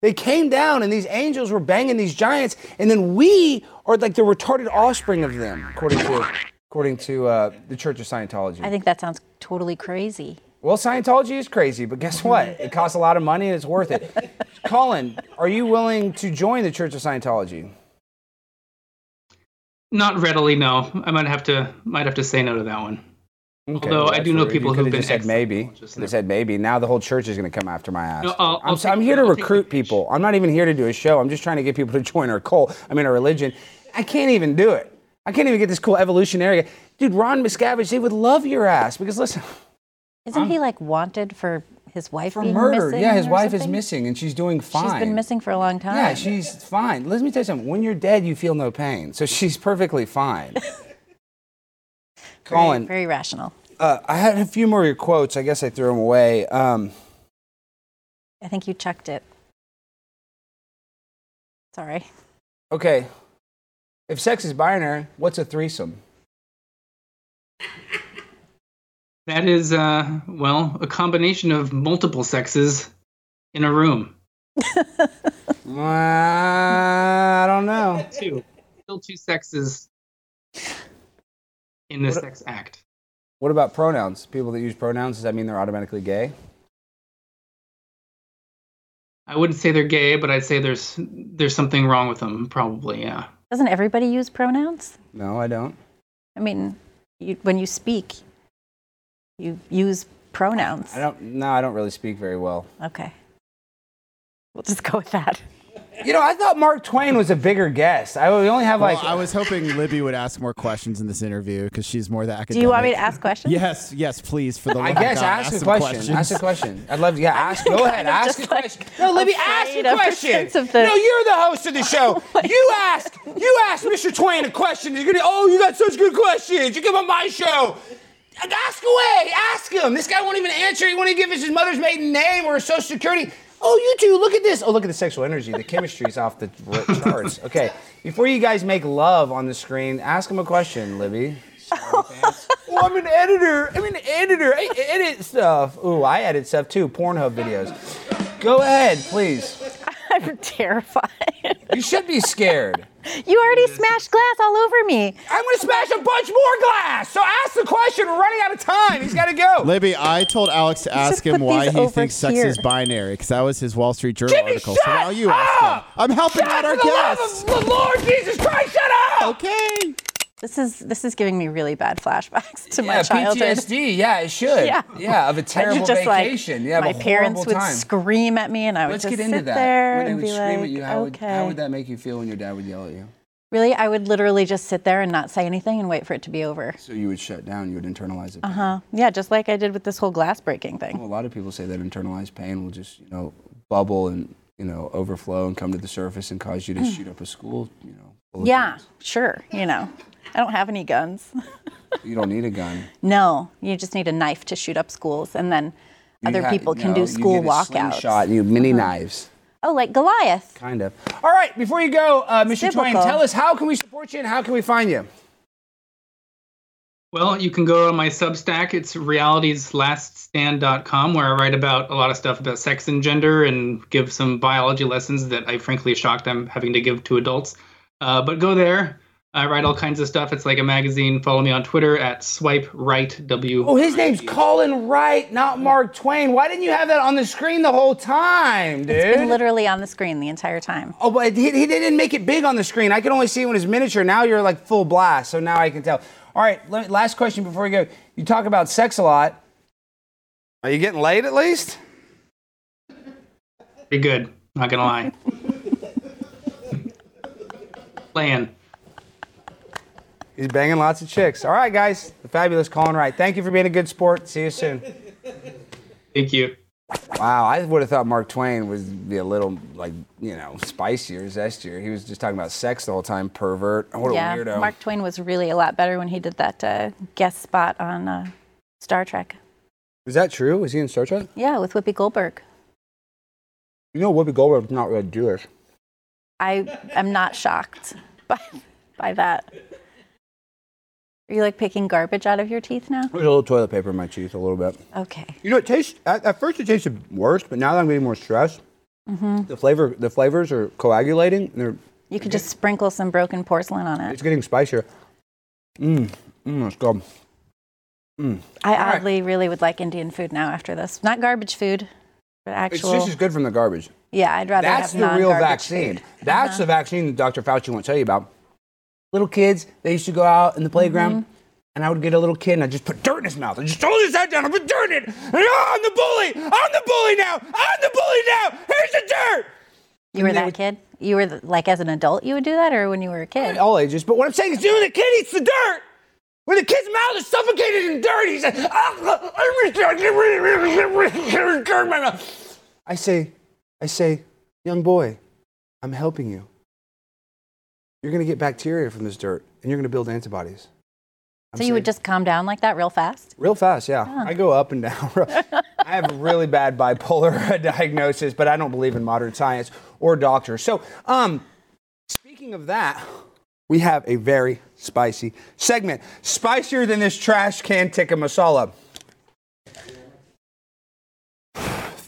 [SPEAKER 1] They came down and these angels were banging these giants, and then we are like the retarded offspring of them, according to, according to uh, the Church of Scientology.
[SPEAKER 3] I think that sounds totally crazy.
[SPEAKER 1] Well, Scientology is crazy, but guess what? It costs a lot of money and it's worth it. Colin, are you willing to join the Church of Scientology?
[SPEAKER 6] Not readily. No, I might have to might have to say no to that one.
[SPEAKER 1] Okay,
[SPEAKER 6] Although I do know
[SPEAKER 1] that's rude.
[SPEAKER 6] people
[SPEAKER 1] You could've
[SPEAKER 6] who've been
[SPEAKER 1] just said maybe.
[SPEAKER 6] ex-Scientologists
[SPEAKER 1] They said maybe. Now the whole church is going to come after my ass.
[SPEAKER 6] No, I'll-
[SPEAKER 1] I'm,
[SPEAKER 6] I'll
[SPEAKER 1] so- I'm
[SPEAKER 6] take-
[SPEAKER 1] here to
[SPEAKER 6] I'll take the
[SPEAKER 1] recruit
[SPEAKER 6] pitch.
[SPEAKER 1] people. I'm not even here to do a show. I'm just trying to get people to <laughs> join our cult. I mean, our religion. I can't even do it. I can't even get this cool evolutionary guy. Dude, Ron Miscavige, they would love your ass because
[SPEAKER 3] <laughs>
[SPEAKER 1] listen,
[SPEAKER 3] Isn't he like wanted for his wife
[SPEAKER 1] for
[SPEAKER 3] being
[SPEAKER 1] murder.
[SPEAKER 3] missing
[SPEAKER 1] yeah, his
[SPEAKER 3] or
[SPEAKER 1] wife is
[SPEAKER 3] something?
[SPEAKER 1] missing and she's doing fine.
[SPEAKER 3] She's been missing for a long time.
[SPEAKER 1] Yeah, she's fine. Let me tell you something. When you're dead, you feel no pain. So she's
[SPEAKER 3] <laughs>
[SPEAKER 1] perfectly fine.
[SPEAKER 3] Very-
[SPEAKER 1] Colin,
[SPEAKER 3] Very rational.
[SPEAKER 1] uh, I had a few more of your quotes. I guess I threw them away. Um,
[SPEAKER 3] I think you chucked it. Sorry.
[SPEAKER 1] Okay. If sex is binary, what's a threesome?
[SPEAKER 6] That is, uh, well, a combination of multiple sexes in a
[SPEAKER 1] <laughs>
[SPEAKER 6] room.
[SPEAKER 1] Uh, I don't know.
[SPEAKER 6] Two, still two sexes in the sex act.
[SPEAKER 1] What about pronouns? People that use pronouns, does that mean they're automatically gay?
[SPEAKER 6] I wouldn't say they're gay, but I'd say there's there's something wrong with them, probably. Yeah.
[SPEAKER 3] Doesn't everybody use pronouns?
[SPEAKER 1] No, I don't.
[SPEAKER 3] I mean, you, when you speak, you use pronouns.
[SPEAKER 1] I don't. No, I don't really speak very well.
[SPEAKER 3] Okay. We'll just go with that.
[SPEAKER 1] You know, I thought Mark Twain was a bigger guest. I we only have
[SPEAKER 4] Well,
[SPEAKER 1] like.
[SPEAKER 4] I was hoping Libby would ask more questions in this interview because she's more the academic.
[SPEAKER 3] Do you want me to ask questions?
[SPEAKER 4] Yes, yes, please. For the love
[SPEAKER 1] I
[SPEAKER 4] of
[SPEAKER 1] guess
[SPEAKER 4] God,
[SPEAKER 1] ask, a
[SPEAKER 4] some
[SPEAKER 1] question.
[SPEAKER 4] questions.
[SPEAKER 1] Ask a question. I'd love to. Yeah, ask. Go ahead.
[SPEAKER 3] I'm
[SPEAKER 1] Ask a
[SPEAKER 3] just, like,
[SPEAKER 1] question. No, Libby, ask
[SPEAKER 3] afraid
[SPEAKER 1] a
[SPEAKER 3] of her
[SPEAKER 1] question.
[SPEAKER 3] sense of the- Oh
[SPEAKER 1] No, you're the host
[SPEAKER 3] <laughs>
[SPEAKER 1] of the show. you ask. You ask Mr. Twain a question. You're gonna. Oh, you got such good questions. You come on my show. Ask away. Ask him. This guy won't even answer. He won't even give us his mother's maiden name or his social security. Oh, you two, look at this. Oh, look at the sexual energy. The chemistry's off the <laughs> r- charts. Okay, before you guys make love on the screen, ask him a question, Libby. <laughs> Well, I'm an editor. I'm an editor. I edit stuff. Ooh, I edit stuff too. Pornhub videos. Go ahead, please.
[SPEAKER 3] <laughs> I'm terrified.
[SPEAKER 1] You should be scared.
[SPEAKER 3] you already smashed glass all over me.
[SPEAKER 1] I'm gonna smash a bunch more glass. So ask the question. We're running out of time. He's gotta <laughs> go.
[SPEAKER 4] Libby, I told Alex
[SPEAKER 1] <laughs>
[SPEAKER 4] to ask
[SPEAKER 3] just
[SPEAKER 4] him
[SPEAKER 3] put
[SPEAKER 4] why
[SPEAKER 3] these
[SPEAKER 4] he
[SPEAKER 3] over
[SPEAKER 4] thinks sex
[SPEAKER 3] here.
[SPEAKER 4] is binary, because that was his Wall Street Journal
[SPEAKER 1] Jimmy,
[SPEAKER 4] article. So
[SPEAKER 1] shut
[SPEAKER 4] now you ask
[SPEAKER 1] up!
[SPEAKER 4] him. I'm helping out
[SPEAKER 1] God,
[SPEAKER 4] our
[SPEAKER 1] for Ah! the love
[SPEAKER 4] guest.
[SPEAKER 1] of the Lord Jesus Christ, shut up!
[SPEAKER 4] Okay.
[SPEAKER 3] This is this is giving me really bad flashbacks to
[SPEAKER 1] yeah,
[SPEAKER 3] my childhood.
[SPEAKER 1] PTSD. Yeah, it should. Yeah,
[SPEAKER 3] Yeah.
[SPEAKER 1] of a
[SPEAKER 3] I'd
[SPEAKER 1] terrible
[SPEAKER 3] just, like,
[SPEAKER 1] vacation. yeah, of
[SPEAKER 3] my
[SPEAKER 1] a
[SPEAKER 3] parents
[SPEAKER 1] horrible
[SPEAKER 3] would
[SPEAKER 1] time.
[SPEAKER 3] scream at me, and I would
[SPEAKER 1] Let's
[SPEAKER 3] just
[SPEAKER 1] get into
[SPEAKER 3] sit
[SPEAKER 1] that.
[SPEAKER 3] there
[SPEAKER 1] when they
[SPEAKER 3] and
[SPEAKER 1] would
[SPEAKER 3] be
[SPEAKER 1] scream
[SPEAKER 3] like,
[SPEAKER 1] at you, how, would,
[SPEAKER 3] "Okay."
[SPEAKER 1] how would that make you feel when your dad would yell at you?
[SPEAKER 3] Really, I would literally just sit there and not say anything and wait for it to be over.
[SPEAKER 1] So you would shut down. You would internalize it.
[SPEAKER 3] Uh huh. Yeah, just like I did with this whole glass breaking thing.
[SPEAKER 1] Well, a lot of people say that internalized pain will just you know bubble and you know overflow and come to the surface and cause you to shoot up a school. You know. full of
[SPEAKER 3] Mm. yeah,
[SPEAKER 1] kids.
[SPEAKER 3] sure. You know, I don't have any guns. <laughs>
[SPEAKER 1] You don't need a gun.
[SPEAKER 3] No, you just need a knife to shoot up schools, and then
[SPEAKER 1] You
[SPEAKER 3] other
[SPEAKER 1] ha-
[SPEAKER 3] people can
[SPEAKER 1] no,
[SPEAKER 3] do school
[SPEAKER 1] you get a slingshot
[SPEAKER 3] walkouts.
[SPEAKER 1] and you have mini knives.
[SPEAKER 3] Oh, like Goliath.
[SPEAKER 1] Kind of. All right. Before you go, uh, Mr. Twain,
[SPEAKER 3] biblical.
[SPEAKER 1] tell us how can we support you and how can we find you?
[SPEAKER 6] Well, you can go to my Substack. It's realitieslaststand.com, where I write about a lot of stuff about sex and gender and give some biology lessons that I frankly shocked I'm having to give to adults. Uh, but go there. I write all kinds of stuff. It's like a magazine. Follow me on Twitter at swipe right w.
[SPEAKER 1] Oh, his name's Colin Wright, not Mark Twain. Why didn't you have that on the screen the whole time,
[SPEAKER 3] It's been
[SPEAKER 1] dude?
[SPEAKER 3] literally on the screen the entire time.
[SPEAKER 1] Oh, but he, he didn't make it big on the screen. I could only see it when it's miniature. Now you're like full blast, so now I can tell. All right, let, last question before we go. You talk about sex a lot. Are you getting laid at least?
[SPEAKER 6] Pretty good. Not gonna lie. Playing.
[SPEAKER 1] He's banging lots of chicks. All right, guys, the fabulous Colin Wright. Thank you for being a good sport. See you soon.
[SPEAKER 6] Thank you.
[SPEAKER 1] Wow, I would have thought Mark Twain would be a little like you know spicier, zestier. He was just talking about sex the whole time. Pervert. What a
[SPEAKER 3] yeah,
[SPEAKER 1] weirdo.
[SPEAKER 3] Mark Twain was really a lot better when he did that uh, guest spot on uh, Star Trek.
[SPEAKER 1] Is that true? Was he in Star Trek?
[SPEAKER 3] Yeah, with Whoopi Goldberg.
[SPEAKER 1] You know, Whoopi Goldberg's not really Jewish.
[SPEAKER 3] I am not shocked <laughs> by by that. Are you like picking garbage out of your teeth now?
[SPEAKER 1] There's a little toilet paper in my teeth, a little bit.
[SPEAKER 3] Okay.
[SPEAKER 1] You know, it tastes at, at first it tasted worse, but now that I'm getting more stressed, the flavor, the flavors are coagulating. And they're
[SPEAKER 3] Mm-hmm. You could just sprinkle some broken porcelain on it.
[SPEAKER 1] it's getting spicier. Mmm, mmm, it's good.
[SPEAKER 3] I
[SPEAKER 1] right.
[SPEAKER 3] oddly really would like Indian food now after this. Not garbage food, but
[SPEAKER 1] It's
[SPEAKER 3] actual.
[SPEAKER 1] just as good from the garbage.
[SPEAKER 3] yeah, I'd rather
[SPEAKER 1] That's
[SPEAKER 3] have
[SPEAKER 1] the real
[SPEAKER 3] non-garbage
[SPEAKER 1] vaccine.
[SPEAKER 3] food. Uh-huh.
[SPEAKER 1] That's the vaccine that Dr. Fauci won't tell you about. Little kids, they used to go out in the playground,
[SPEAKER 3] Mm-hmm.
[SPEAKER 1] and I would get a little kid and I just put dirt in his mouth. I just hold his head down, I put dirt in it. And, "Oh, I'm the bully! I'm the bully now! I'm the bully now! Here's the dirt!
[SPEAKER 3] You were
[SPEAKER 1] they
[SPEAKER 3] that
[SPEAKER 1] would-
[SPEAKER 3] kid. You were the, like as an adult, you would do that, or when you were a kid.
[SPEAKER 1] At all ages, but what I'm saying is, dude, when the kid eats the dirt, when the kid's mouth is suffocated in dirt, he says, "Ah, I'm gonna get rid of dirt in my mouth." I say, I say, young boy, I'm helping you. You're gonna get bacteria from this dirt, and you're gonna build antibodies. I'm
[SPEAKER 3] so you would
[SPEAKER 1] saying-
[SPEAKER 3] just calm down like that real fast.
[SPEAKER 1] Real fast, yeah. I go up and down. <laughs> I have a really bad bipolar <laughs> diagnosis, but I don't believe in modern science or doctors. So, um, speaking of that, we have a very spicy segment, spicier than this trash can tikka masala.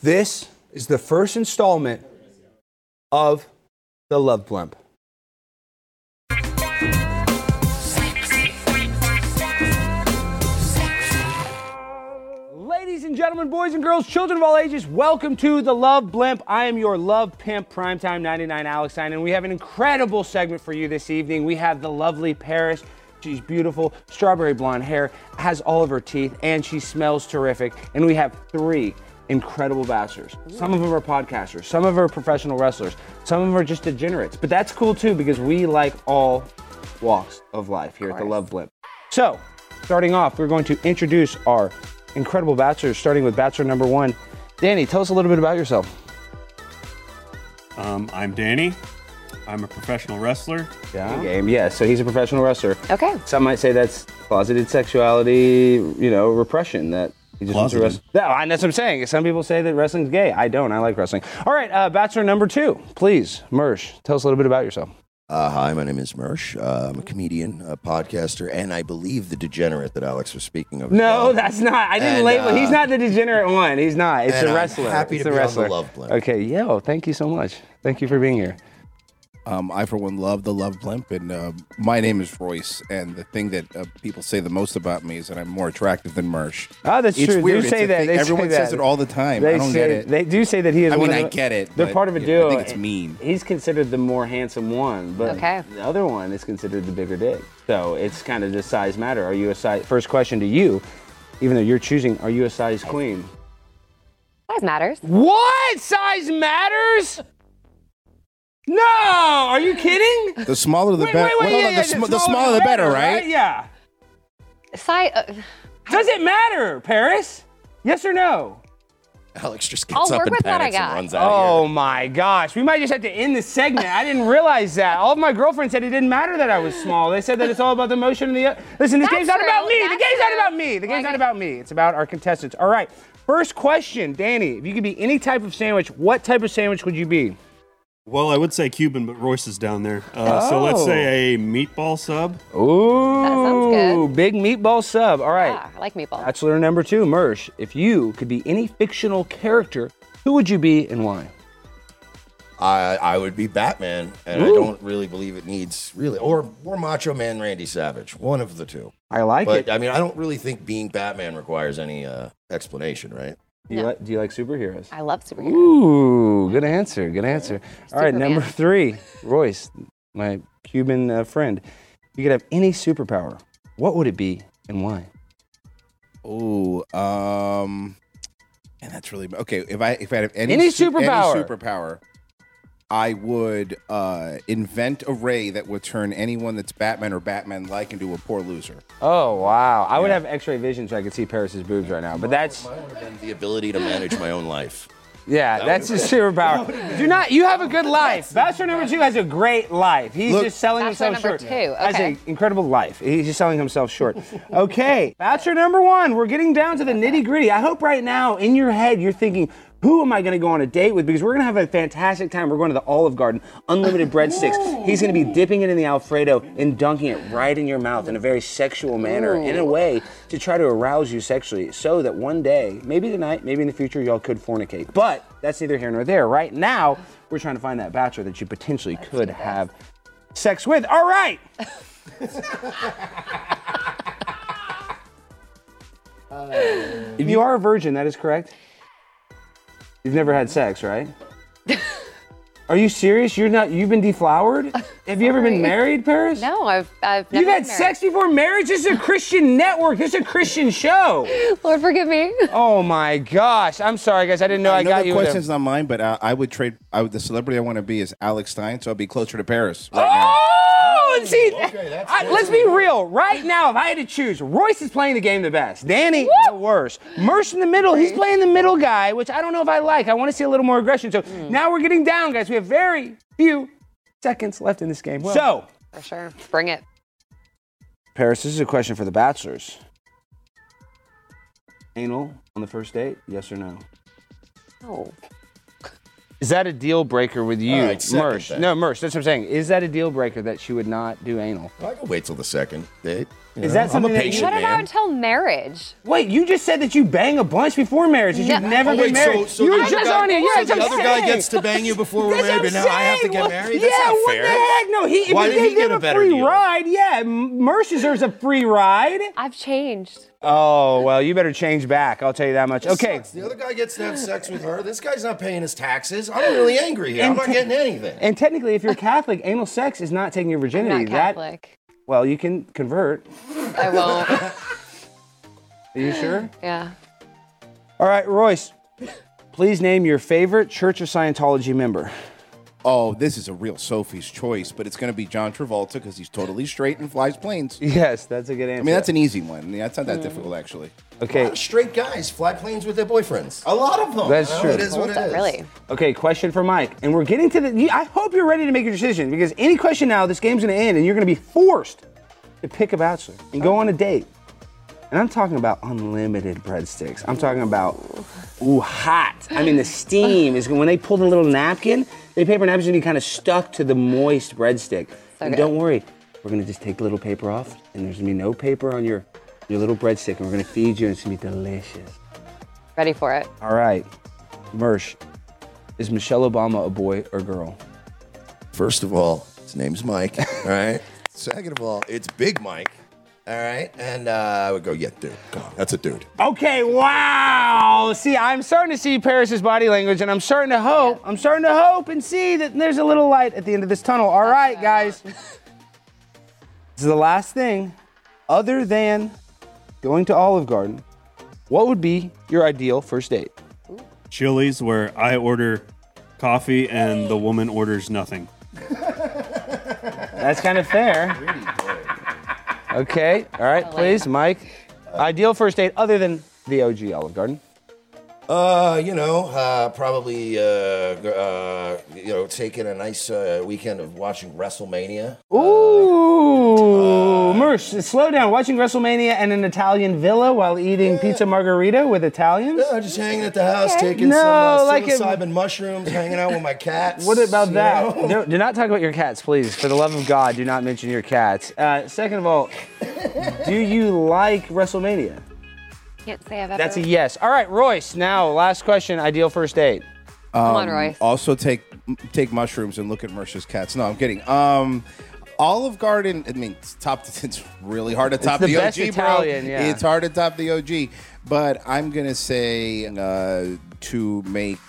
[SPEAKER 1] This is the first installment of the Love Blimp. Ladies and gentlemen, boys and girls, children of all ages, welcome to the Love Blimp. I am your Love Pimp Primetime 99 Alex Stein, and we have an incredible segment for you this evening. We have the lovely Paris. She's beautiful, strawberry blonde hair, has all of her teeth, and she smells terrific. And we have three incredible bachelors. Some of them are podcasters, some of them are professional wrestlers, some of them are just degenerates. But that's cool too because we like all walks of life here at the Love Blimp. So, starting off, we're going to introduce our incredible bachelors, starting with bachelor number one. Danny, tell us a little bit about yourself.
[SPEAKER 8] Um, I'm Danny. I'm a professional wrestler.
[SPEAKER 1] Yeah. Game. Yeah, so he's a professional wrestler.
[SPEAKER 3] Okay.
[SPEAKER 1] Some might say that's closeted sexuality, you know, repression that he just wants to
[SPEAKER 8] Closeted.
[SPEAKER 1] wrestle. No, I- that's what I'm saying. Some people say that wrestling's gay. I don't. I like wrestling. All right, uh, bachelor number two, please, Mersh, tell us a little bit about yourself.
[SPEAKER 9] Uh, hi, my name is Mersh. Uh, I'm a comedian, a podcaster, and I believe the degenerate that Alex was speaking of.
[SPEAKER 1] No, that's not. I didn't
[SPEAKER 9] And,
[SPEAKER 1] label. he's
[SPEAKER 9] uh,
[SPEAKER 1] not the degenerate one. He's not. It's
[SPEAKER 9] and
[SPEAKER 1] a
[SPEAKER 9] I'm
[SPEAKER 1] wrestler.
[SPEAKER 9] happy
[SPEAKER 1] it's
[SPEAKER 9] to
[SPEAKER 1] a
[SPEAKER 9] be on the
[SPEAKER 1] wrestler.
[SPEAKER 9] Love Blend.
[SPEAKER 1] Okay, yo, thank you so much. Thank you for being here.
[SPEAKER 10] Um, I, for one, love the love blimp, and uh, my name is Royce. And the thing that uh, people say the most about me is that I'm more attractive than Mersh.
[SPEAKER 1] Oh, that's
[SPEAKER 10] it's
[SPEAKER 1] true.
[SPEAKER 10] Weird.
[SPEAKER 1] They
[SPEAKER 10] It's
[SPEAKER 1] say
[SPEAKER 10] a
[SPEAKER 1] that.
[SPEAKER 10] thing-
[SPEAKER 1] They say
[SPEAKER 10] Everyone says
[SPEAKER 1] that.
[SPEAKER 10] it all the time.
[SPEAKER 1] They
[SPEAKER 10] I don't
[SPEAKER 1] say,
[SPEAKER 10] get it.
[SPEAKER 1] They do say that he is.
[SPEAKER 10] I
[SPEAKER 1] one
[SPEAKER 10] mean,
[SPEAKER 1] of
[SPEAKER 10] I
[SPEAKER 1] the-
[SPEAKER 10] get it,
[SPEAKER 1] They're
[SPEAKER 10] but,
[SPEAKER 1] part of a
[SPEAKER 10] you know,
[SPEAKER 1] duo.
[SPEAKER 10] I think it's mean.
[SPEAKER 1] He's considered the more handsome one, but
[SPEAKER 11] Okay.
[SPEAKER 1] the other one is considered the bigger dick. So it's kind of does size matter? Are you a size? First question to you, even though you're choosing, are you a size queen?
[SPEAKER 12] Size matters.
[SPEAKER 1] What size matters? No, are you kidding?
[SPEAKER 10] the smaller the
[SPEAKER 1] Wait,
[SPEAKER 10] better.
[SPEAKER 1] wait, wait,
[SPEAKER 10] Hold
[SPEAKER 1] yeah,
[SPEAKER 10] on,
[SPEAKER 1] yeah,
[SPEAKER 10] the, sm- the smaller the better, right?
[SPEAKER 1] Yeah.
[SPEAKER 12] Size. Uh,
[SPEAKER 1] Does it matter, Paris? Yes or no?
[SPEAKER 9] Alex just
[SPEAKER 12] I'll
[SPEAKER 9] gets up
[SPEAKER 12] work
[SPEAKER 9] and
[SPEAKER 12] with what I
[SPEAKER 9] panics and
[SPEAKER 12] got.
[SPEAKER 9] runs out of here.
[SPEAKER 1] Oh my gosh, we might just have to end the segment. I didn't realize that. All of my girlfriends said it didn't matter that I was small. They said that it's all about the motion of the. Listen, this
[SPEAKER 12] That's
[SPEAKER 1] game's not
[SPEAKER 12] true.
[SPEAKER 1] about me. the
[SPEAKER 12] That's
[SPEAKER 1] game's not
[SPEAKER 12] true.
[SPEAKER 1] about me. The game's
[SPEAKER 12] Like
[SPEAKER 1] not
[SPEAKER 12] it-
[SPEAKER 1] about me. It's about our contestants. All right. First question, Danny. If you could be any type of sandwich, what type of sandwich would you be?
[SPEAKER 8] Well, I would say Cuban, but Royce is down there. Uh, So let's
[SPEAKER 1] Oh.
[SPEAKER 8] say a meatball sub.
[SPEAKER 1] Ooh,
[SPEAKER 12] sounds good.
[SPEAKER 1] big meatball sub. All right.
[SPEAKER 12] yeah, I like meatball.
[SPEAKER 1] Bachelor number two, Mersh. If you could be any fictional character, who would you be and why?
[SPEAKER 9] I, I would be Batman, and I
[SPEAKER 1] Ooh.
[SPEAKER 9] don't really believe it needs really, or or Macho Man Randy Savage, one of the two.
[SPEAKER 1] I like
[SPEAKER 9] But
[SPEAKER 1] it.
[SPEAKER 9] I mean, I don't really think being Batman requires any uh, explanation, right?
[SPEAKER 1] Do you, like, do you like superheroes?
[SPEAKER 12] I love superheroes.
[SPEAKER 1] Ooh, good answer. Good answer. All right,
[SPEAKER 12] Superman.
[SPEAKER 1] number three, Royce, my Cuban uh, friend. If you could have any superpower, what would it be and why?
[SPEAKER 10] Ooh, um, and that's really okay. If I if I had any,
[SPEAKER 1] Any
[SPEAKER 10] su-
[SPEAKER 1] superpower.
[SPEAKER 10] superpower, I would uh, invent a ray that would turn anyone that's Batman or Batman like into a poor loser.
[SPEAKER 1] Oh, wow. I would have x ray vision so I could see Paris's boobs right now, but that's.
[SPEAKER 9] Mine would have been the ability to manage my own life.
[SPEAKER 1] Yeah, that's his superpower. Do not. You have a good life. Bachelor number two has a great life. He's
[SPEAKER 10] Look-
[SPEAKER 1] just selling
[SPEAKER 12] Bachelor
[SPEAKER 1] himself
[SPEAKER 12] number
[SPEAKER 1] short.
[SPEAKER 12] two,
[SPEAKER 1] Has
[SPEAKER 12] okay.
[SPEAKER 1] an incredible life. He's just selling himself short. <laughs> Okay, Bachelor number one. We're getting down to the nitty gritty. I hope right now in your head you're thinking. Who am I going to go on a date with? Because we're going to have a fantastic time. We're going to the Olive Garden, unlimited breadsticks. He's going to be dipping it in the Alfredo and dunking it right in your mouth in a very sexual manner, in a way to try to arouse you sexually, so that one day, maybe tonight, maybe in the future, y'all could fornicate. But that's neither here nor there. Right now, we're trying to find that bachelor that you potentially could have sex with. All right. if you are a virgin, that is correct. You've never had sex,
[SPEAKER 12] <laughs>
[SPEAKER 1] right? are you serious? You're not. You've been
[SPEAKER 12] <laughs>
[SPEAKER 1] deflowered. Have you ever been <laughs> married, Paris?
[SPEAKER 12] No, I've I've never
[SPEAKER 1] You've had
[SPEAKER 12] been married.
[SPEAKER 1] sex before marriage. This is a Christian network. This is a Christian show.
[SPEAKER 12] <laughs> Lord forgive me.
[SPEAKER 1] Oh my gosh! I'm sorry, guys. I didn't know I,
[SPEAKER 10] I know
[SPEAKER 1] got
[SPEAKER 10] the
[SPEAKER 1] you. with
[SPEAKER 10] question's
[SPEAKER 1] him.
[SPEAKER 10] not mine, but uh, I would trade. I would the celebrity I want to be is Alex Stein, so I'll be closer to Paris right
[SPEAKER 1] <gasps>
[SPEAKER 10] now.
[SPEAKER 1] Oh, and see,
[SPEAKER 9] that's
[SPEAKER 1] I- let's be real. Right now, if I had to choose, Royce is playing the game the best. Danny, the worst. Merce in the middle. He's playing the middle guy, which I don't know if I like. I want to see a little more aggression. So
[SPEAKER 12] Hmm.
[SPEAKER 1] now we're getting down, guys. We have very few seconds left in this game. so,
[SPEAKER 12] For sure. Bring it.
[SPEAKER 1] Paris, this is a question for the bachelors. Anal on the first date? Yes or no?
[SPEAKER 12] Oh.
[SPEAKER 1] Is that a deal breaker with you,
[SPEAKER 9] All right, second
[SPEAKER 1] Merce?
[SPEAKER 9] then.
[SPEAKER 1] No, Merce. That's what I'm saying. Is that a deal breaker that she would not do anal?
[SPEAKER 9] I could wait till the second date. you
[SPEAKER 1] Is
[SPEAKER 9] know?
[SPEAKER 1] that something
[SPEAKER 9] I'm
[SPEAKER 1] that
[SPEAKER 9] a
[SPEAKER 1] you-
[SPEAKER 9] patient
[SPEAKER 12] What about
[SPEAKER 9] man.
[SPEAKER 12] until marriage?
[SPEAKER 1] Wait, you just said that you bang a bunch before marriage. and You've
[SPEAKER 12] No.
[SPEAKER 1] never
[SPEAKER 12] Oh,
[SPEAKER 1] been
[SPEAKER 9] wait, so-
[SPEAKER 1] married.
[SPEAKER 9] so
[SPEAKER 1] you
[SPEAKER 9] the
[SPEAKER 1] were
[SPEAKER 9] other
[SPEAKER 1] just
[SPEAKER 9] guy-
[SPEAKER 1] on here. Yeah,
[SPEAKER 9] so
[SPEAKER 1] that's
[SPEAKER 9] the
[SPEAKER 1] what I'm
[SPEAKER 9] other guy
[SPEAKER 1] saying.
[SPEAKER 9] gets to bang you before we're
[SPEAKER 1] That's
[SPEAKER 9] married,
[SPEAKER 1] what I'm
[SPEAKER 9] but now I have to
[SPEAKER 1] saying.
[SPEAKER 9] get
[SPEAKER 1] Well,
[SPEAKER 9] married?
[SPEAKER 1] Yeah,
[SPEAKER 9] That's not
[SPEAKER 1] what the
[SPEAKER 9] fair.
[SPEAKER 1] heck? No, he,
[SPEAKER 9] Why
[SPEAKER 1] if
[SPEAKER 9] did
[SPEAKER 1] they
[SPEAKER 9] he
[SPEAKER 1] give
[SPEAKER 9] get a better
[SPEAKER 1] free
[SPEAKER 9] deal?
[SPEAKER 1] ride. Yeah, M- Merce deserves a free ride.
[SPEAKER 12] I've changed.
[SPEAKER 1] Oh well, you better change back. I'll tell you that much. Okay.
[SPEAKER 9] Sucks. The other guy gets to have sex with her. This guy's not paying his taxes. I'm really angry here. I'm
[SPEAKER 1] And
[SPEAKER 9] not
[SPEAKER 1] te-
[SPEAKER 9] getting anything.
[SPEAKER 1] And technically, if you're Catholic, anal sex is not taking your
[SPEAKER 12] I'm
[SPEAKER 1] virginity.
[SPEAKER 12] not
[SPEAKER 1] That-
[SPEAKER 12] Catholic.
[SPEAKER 1] well, you can convert.
[SPEAKER 12] I won't.
[SPEAKER 1] Are <laughs> you sure?
[SPEAKER 12] Yeah.
[SPEAKER 1] All right, Royce. Please name your favorite Church of Scientology member.
[SPEAKER 10] Oh, this is a real Sophie's choice, but it's going to be John Travolta because he's totally straight and flies planes.
[SPEAKER 1] Yes, that's a good answer. Mm.
[SPEAKER 10] I mean, that's an easy one. Yeah, That's not that difficult, actually.
[SPEAKER 9] A
[SPEAKER 1] okay.
[SPEAKER 9] lot of straight guys fly planes with their boyfriends. A lot of them.
[SPEAKER 1] That's
[SPEAKER 9] you know?
[SPEAKER 1] true.
[SPEAKER 9] It is what it
[SPEAKER 12] Not
[SPEAKER 9] is.
[SPEAKER 12] really.
[SPEAKER 1] Okay, question for Mike. And we're getting to the. you- I hope you're ready to make your decision because any question now, this game's going to end and you're going to be forced to pick a bachelor and go on a date. And I'm talking about unlimited breadsticks. I'm talking about, ooh, hot. I mean, the steam is when they pull the little napkin, the paper napkin's gonna be kind of stuck to the moist breadstick. and
[SPEAKER 13] good.
[SPEAKER 1] don't worry, we're gonna just take the little paper off, and there's gonna be no paper on your your little breadstick, and we're gonna feed you, and it's gonna be delicious.
[SPEAKER 13] Ready for it.
[SPEAKER 1] All right, Mersh, is Michelle Obama a boy or girl?
[SPEAKER 9] First of all, his name's Mike. All right. Second of all, it's Big Mike. All right. And uh, I would go, yeah, dude. God, that's a <laughs> dude.
[SPEAKER 1] Okay, wow. See, I'm starting to see Paris's body language, and I'm starting to hope, I'm starting to hope and see that there's a little light at the end of this tunnel. All right, guys. this is the last thing. Other than going to Olive Garden, what would be your ideal first date?
[SPEAKER 8] Chili's, where I order coffee and the woman orders nothing.
[SPEAKER 1] That's kind of fair. Okay, all right, please, Mike. Ideal first date other than the OG Olive Garden.
[SPEAKER 9] Uh, you know, uh, probably, uh, uh, you know, taking a nice uh, weekend of watching WrestleMania. uh,
[SPEAKER 1] Ooh, Mersh, slow down. Watching WrestleMania in an Italian villa while eating pizza margarita with Italians?
[SPEAKER 9] Yeah, just hanging at the house, taking
[SPEAKER 1] No,
[SPEAKER 9] some uh,
[SPEAKER 1] like a-
[SPEAKER 9] psilocybin mushrooms, hanging out with
[SPEAKER 1] <laughs>
[SPEAKER 9] my cats.
[SPEAKER 1] What about
[SPEAKER 9] you <laughs>
[SPEAKER 1] that?
[SPEAKER 9] know?
[SPEAKER 1] No, do not talk about your cats, please. For the love of God, do not mention your cats. Uh, second of all, do you like WrestleMania?
[SPEAKER 13] Can't say I've ever.
[SPEAKER 1] That's a yes. All right, Royce, now, last question ideal first date.
[SPEAKER 13] Come on, Royce.
[SPEAKER 10] Um, Also take take mushrooms and look at Mercer's cats. No, I'm kidding. Um, Olive Garden. I mean, it's top. <laughs> It's really hard to top
[SPEAKER 1] the
[SPEAKER 10] the,
[SPEAKER 1] best
[SPEAKER 10] OG,
[SPEAKER 1] Italian,
[SPEAKER 10] bro.
[SPEAKER 1] yeah.
[SPEAKER 10] It's hard to top the OG. But I'm gonna say uh, to make.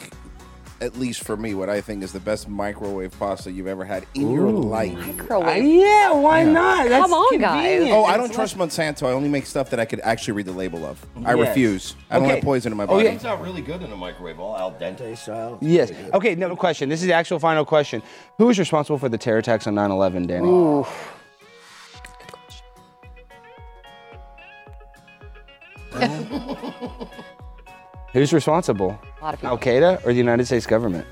[SPEAKER 10] At least for me, what I think is the best microwave pasta you've ever had in your life.
[SPEAKER 13] Microwave.
[SPEAKER 1] Uh, Yeah, why not? That's
[SPEAKER 13] Come on, guys.
[SPEAKER 1] convenient.
[SPEAKER 10] Oh, I don't trust Monsanto. I only make stuff that I could actually read the label of. I
[SPEAKER 1] Yes.
[SPEAKER 10] refuse. I don't
[SPEAKER 1] Okay.
[SPEAKER 10] want poison in my
[SPEAKER 1] Oh,
[SPEAKER 10] body.
[SPEAKER 1] yeah.
[SPEAKER 9] Comes out really good in a microwave, all al dente style.
[SPEAKER 1] Yes. Okay, no question. This is the actual final question. Who is responsible for the terror attacks on 9 11, Danny?
[SPEAKER 10] <laughs>
[SPEAKER 1] Who's responsible?
[SPEAKER 13] A lot of people.
[SPEAKER 1] Al Qaeda or the United States government?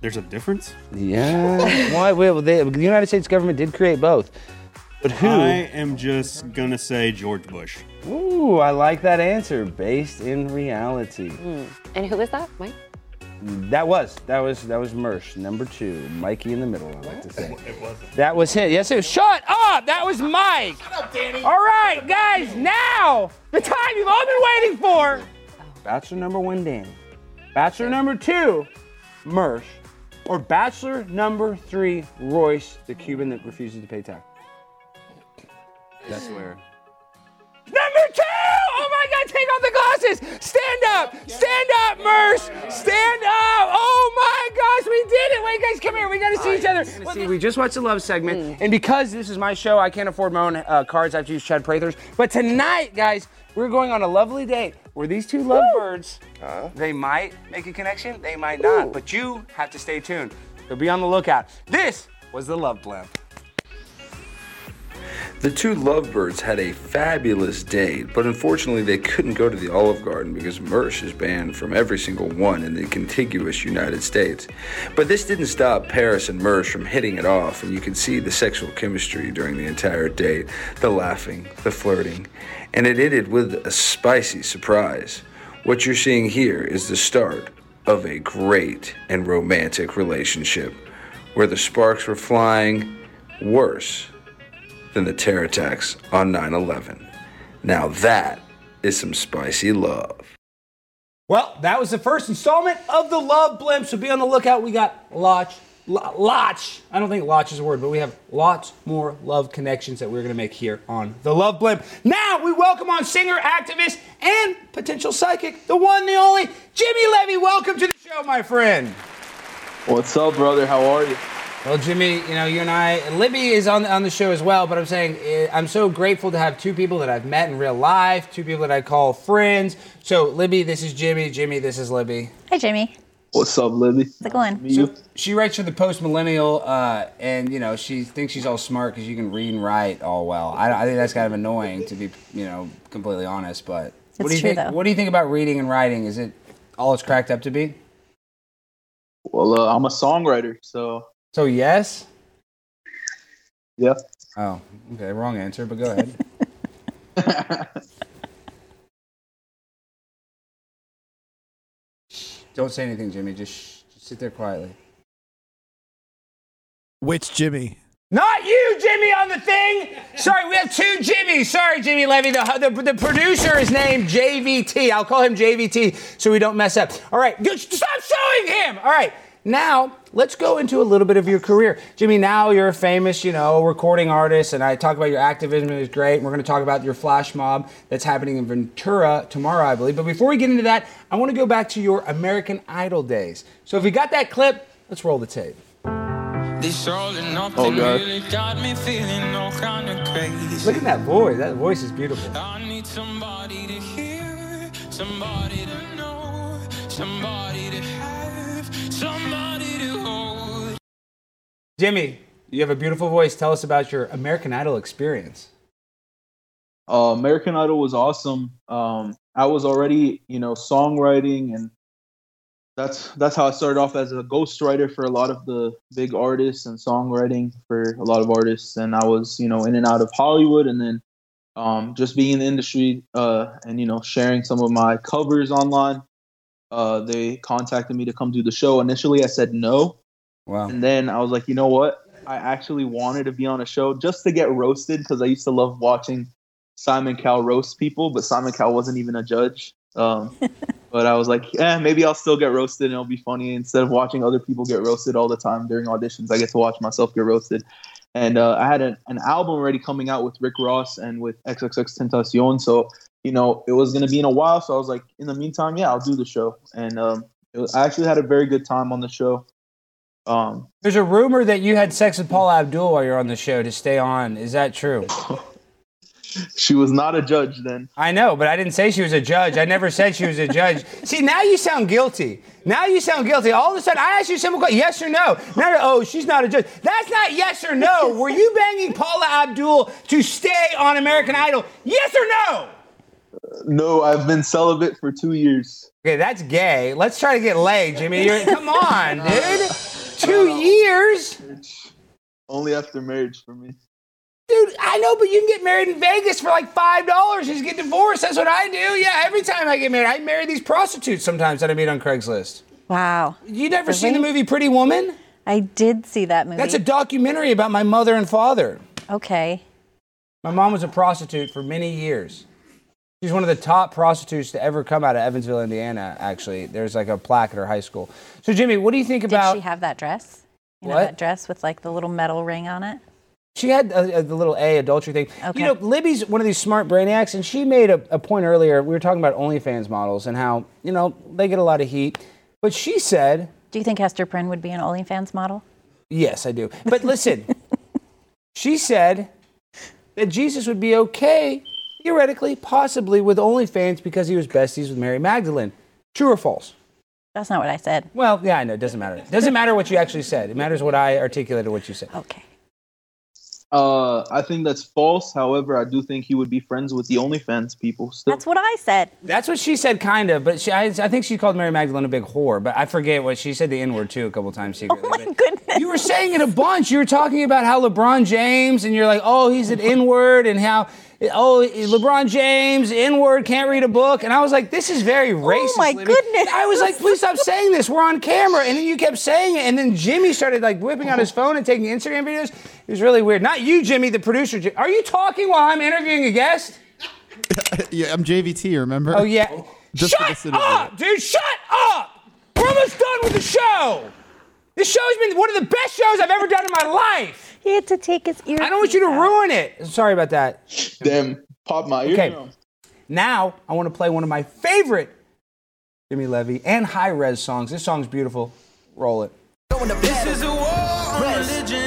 [SPEAKER 8] There's a difference? <laughs>
[SPEAKER 1] Yeah. Why? Well, they, the United States government did create both. But who?
[SPEAKER 8] I am just going to say George Bush.
[SPEAKER 1] Ooh, I like that answer. Based in reality.
[SPEAKER 12] Hmm.
[SPEAKER 13] And who is that? Mike?
[SPEAKER 1] That was that was that was Mersh number two, Mikey in the middle. I like to say. It wasn't. That was him. Yes, it was. Shut up! That was Mike. Shut up, Danny. All right, guys, now the time you've all been waiting for. Bachelor number one, Danny. Bachelor number two, Mersh, or Bachelor number three, Royce, the Cuban that refuses to pay tax.
[SPEAKER 12] That's where.
[SPEAKER 1] Number two! Oh my God, take off the glasses! Stand up! Stand up, Merce! Stand up! Oh my gosh, we did it! Wait, guys, come here, we gotta see each other. Mm. See, we just watched the love segment, and because this is my show, I can't afford my own uh, cards. I have to use Chad Prather's. But tonight, guys, we're going on a lovely date where these two lovebirds, they might make a connection, they might not, but you have to stay tuned. So be on the lookout. This was the Love Blimp.
[SPEAKER 2] The two lovebirds had a fabulous date, but unfortunately they couldn't go to the Olive Garden because Mersh is banned from every single one in the contiguous United States. But this didn't stop Paris and Mersh from hitting it off, and you can see the sexual chemistry during the entire date the laughing, the flirting, and it ended with a spicy surprise. What you're seeing here is the start of a great and romantic relationship where the sparks were flying worse than the terror attacks on 9 11. Now that is some spicy love.
[SPEAKER 12] Well, that was the first installment of the Love Blimp. So be on the lookout. We got Lotch. lo- Lotch. I don't think Lotch is a word, but we have lots more love connections that we're going to make here on the Love Blimp. Now we welcome on singer, activist, and potential psychic, the one, the only, Jimmy Levy. Welcome to the show, my friend.
[SPEAKER 14] What's up, brother? How are you?
[SPEAKER 12] Well, Jimmy, you know, you and I, and Libby is on on the show as well. But I'm saying eh, I'm so grateful to have two people that I've met in real life, two people that I call friends. So, Libby, this is Jimmy. Jimmy, this is Libby.
[SPEAKER 3] Hi, Jimmy.
[SPEAKER 14] What's up, Libby?
[SPEAKER 3] How's it going?
[SPEAKER 14] You?
[SPEAKER 12] She writes for the Post Millennial, uh, and you know she thinks she's all smart because you can read and write all well. I, I think that's kind of annoying to be, you know, completely honest. But what
[SPEAKER 3] It's
[SPEAKER 12] do
[SPEAKER 3] true,
[SPEAKER 12] you think?
[SPEAKER 3] though.
[SPEAKER 12] What do you think about reading and writing? Is it all it's cracked up to be?
[SPEAKER 14] Well, uh, I'm a songwriter, so
[SPEAKER 12] So yes.
[SPEAKER 14] yeah.
[SPEAKER 3] <laughs>
[SPEAKER 12] Oh, okay, wrong answer. But go ahead.
[SPEAKER 1] Don't say anything, Jimmy. Just, shh, just sit there quietly.
[SPEAKER 4] Which Jimmy? <laughs>
[SPEAKER 1] Not you, Jimmy, on the thing. Sorry, we have two Jimmys. Sorry, Jimmy Levy. The, the, the producer is named JVT. I'll call him JVT so we don't mess up. All right, dude, stop showing him. All right, now let's go into a little bit of your career, Jimmy. Now you're a famous, you know, recording artist, and I talk about your activism is great. We're going to talk about your flash mob that's happening in Ventura tomorrow, I believe. But before we get into that, I want to go back to your American Idol days. So if you got that clip, let's roll the tape. e-
[SPEAKER 15] This rolling up oh,
[SPEAKER 14] God.
[SPEAKER 15] really got me feeling all kind of crazy.
[SPEAKER 1] Look at that voice. That voice is beautiful.
[SPEAKER 15] I need somebody to hear, somebody to know, somebody to have, somebody to hold.
[SPEAKER 1] Jimmy, you have a beautiful voice. Tell us about your American Idol experience.
[SPEAKER 14] Uh, American Idol was awesome. Um, I was already, you know, songwriting, and that's that's how I started off as a ghostwriter for a lot of the big artists and songwriting for a lot of artists. And I was, you know, in and out of Hollywood, and then um, just being in the industry uh, and you know sharing some of my covers online. Uh, they contacted me to come do the show. Initially, I said no,
[SPEAKER 1] Wow.
[SPEAKER 14] and then I was like, you know what? I actually wanted to be on a show just to get roasted because I used to love watching Simon Cowell roast people, but Simon Cowell wasn't even a judge. Um, but I was like, eh, maybe I'll still get roasted and it'll be funny. Instead of watching other people get roasted all the time during auditions, I get to watch myself get roasted. And uh, I had an, an album already coming out with Rick Ross and with XXX Tentacion. So, you know, it was going to be in a while. So I was like, in the meantime, yeah, I'll do the show. And um, it was, I actually had a very good time on the show. Um,
[SPEAKER 1] There's a rumor that you had sex with Paula Abdul while you're on the show to stay on. Is that true?
[SPEAKER 14] <laughs> she was not a judge then.
[SPEAKER 1] I know, but I didn't say she was a judge. I never said she was
[SPEAKER 14] <laughs>
[SPEAKER 1] a judge. See, now you sound guilty. Now you sound guilty. All of a sudden, I asked you a simple question: yes or no. Now, you're, oh, she's not a judge. That's not yes or no. Were you banging Paula Abdul to stay on American Idol? Yes or no?
[SPEAKER 14] No, I've been celibate for two years.
[SPEAKER 1] Okay, that's gay. Let's try to get laid, Jimmy. You're,
[SPEAKER 14] <laughs>
[SPEAKER 1] come on, dude. Two years.
[SPEAKER 14] Only after marriage for me.
[SPEAKER 1] Dude, I know, but you can get married in Vegas for like five dollars. Just get divorced. That's what I do. Yeah, every time I get married, I marry these prostitutes sometimes that I meet on Craigslist.
[SPEAKER 3] Wow.
[SPEAKER 1] You never seen the movie Pretty Woman?
[SPEAKER 3] I did see that movie.
[SPEAKER 1] That's a documentary about my mother and father.
[SPEAKER 3] okay.
[SPEAKER 1] My mom was a prostitute for many years. She's one of the top prostitutes to ever come out of Evansville, Indiana. Actually, there's like a plaque at her high school. So, Jimmy, what do you think about?
[SPEAKER 3] did she have that dress? You know
[SPEAKER 1] What?
[SPEAKER 3] that dress with like the little metal ring on it?
[SPEAKER 1] She had uh, uh, the little A adultery thing.
[SPEAKER 3] Okay.
[SPEAKER 1] You know, Libby's one of these smart brainiacs, and she made a, a point earlier. We were talking about OnlyFans models and how, you know, they get a lot of heat. But she said,
[SPEAKER 3] Do you think Hester Prynne would be an OnlyFans model?
[SPEAKER 1] yes, I do.
[SPEAKER 3] <laughs>
[SPEAKER 1] But listen, she said that Jesus would be okay, theoretically, possibly, with OnlyFans because he was besties with Mary Magdalene. True or false?
[SPEAKER 3] That's not what I said.
[SPEAKER 1] Well, yeah, I know. It doesn't matter. It doesn't matter what you actually said. It matters what I articulated what you said.
[SPEAKER 3] Okay.
[SPEAKER 14] Uh, I think that's false. However, I do think he would be friends with the OnlyFans people still.
[SPEAKER 3] That's what I said.
[SPEAKER 1] That's what she said, kind of. But she, I, I think she called Mary Magdalene a big whore. But I forget what she said the N word too a couple times secretly.
[SPEAKER 3] Oh my
[SPEAKER 1] but
[SPEAKER 3] goodness.
[SPEAKER 1] you were saying it a bunch. You were talking about how LeBron James, and you're like, oh, he's an N word, and how, oh, LeBron James, N word, can't read a book. And I was like, this is very racist.
[SPEAKER 3] Oh my
[SPEAKER 1] Libby.
[SPEAKER 3] goodness.
[SPEAKER 1] I was like, please stop saying this. We're on camera. And then you kept saying it. And then Jimmy started like whipping out his phone and taking Instagram videos. It was really weird. Not you, Jimmy, the producer. Ji- Are you talking while I'm interviewing a guest?
[SPEAKER 4] Yeah, I'm JVT. Remember?
[SPEAKER 1] Oh yeah.
[SPEAKER 4] <laughs> Just for the
[SPEAKER 1] shut
[SPEAKER 4] cinema.
[SPEAKER 1] up, "Ah, dude! Shut up! We're almost done with the show. This show's been one of the best shows I've ever done in my life.
[SPEAKER 3] He had to take his ear.
[SPEAKER 1] I don't want you to ruin it. Sorry about that.
[SPEAKER 14] Damn, pop my ear.
[SPEAKER 1] Okay.
[SPEAKER 14] drum.
[SPEAKER 1] Now I want to play one of my favorite Jimmy Levy and High Res songs. This song's beautiful. Roll it.
[SPEAKER 15] This is a war on religion.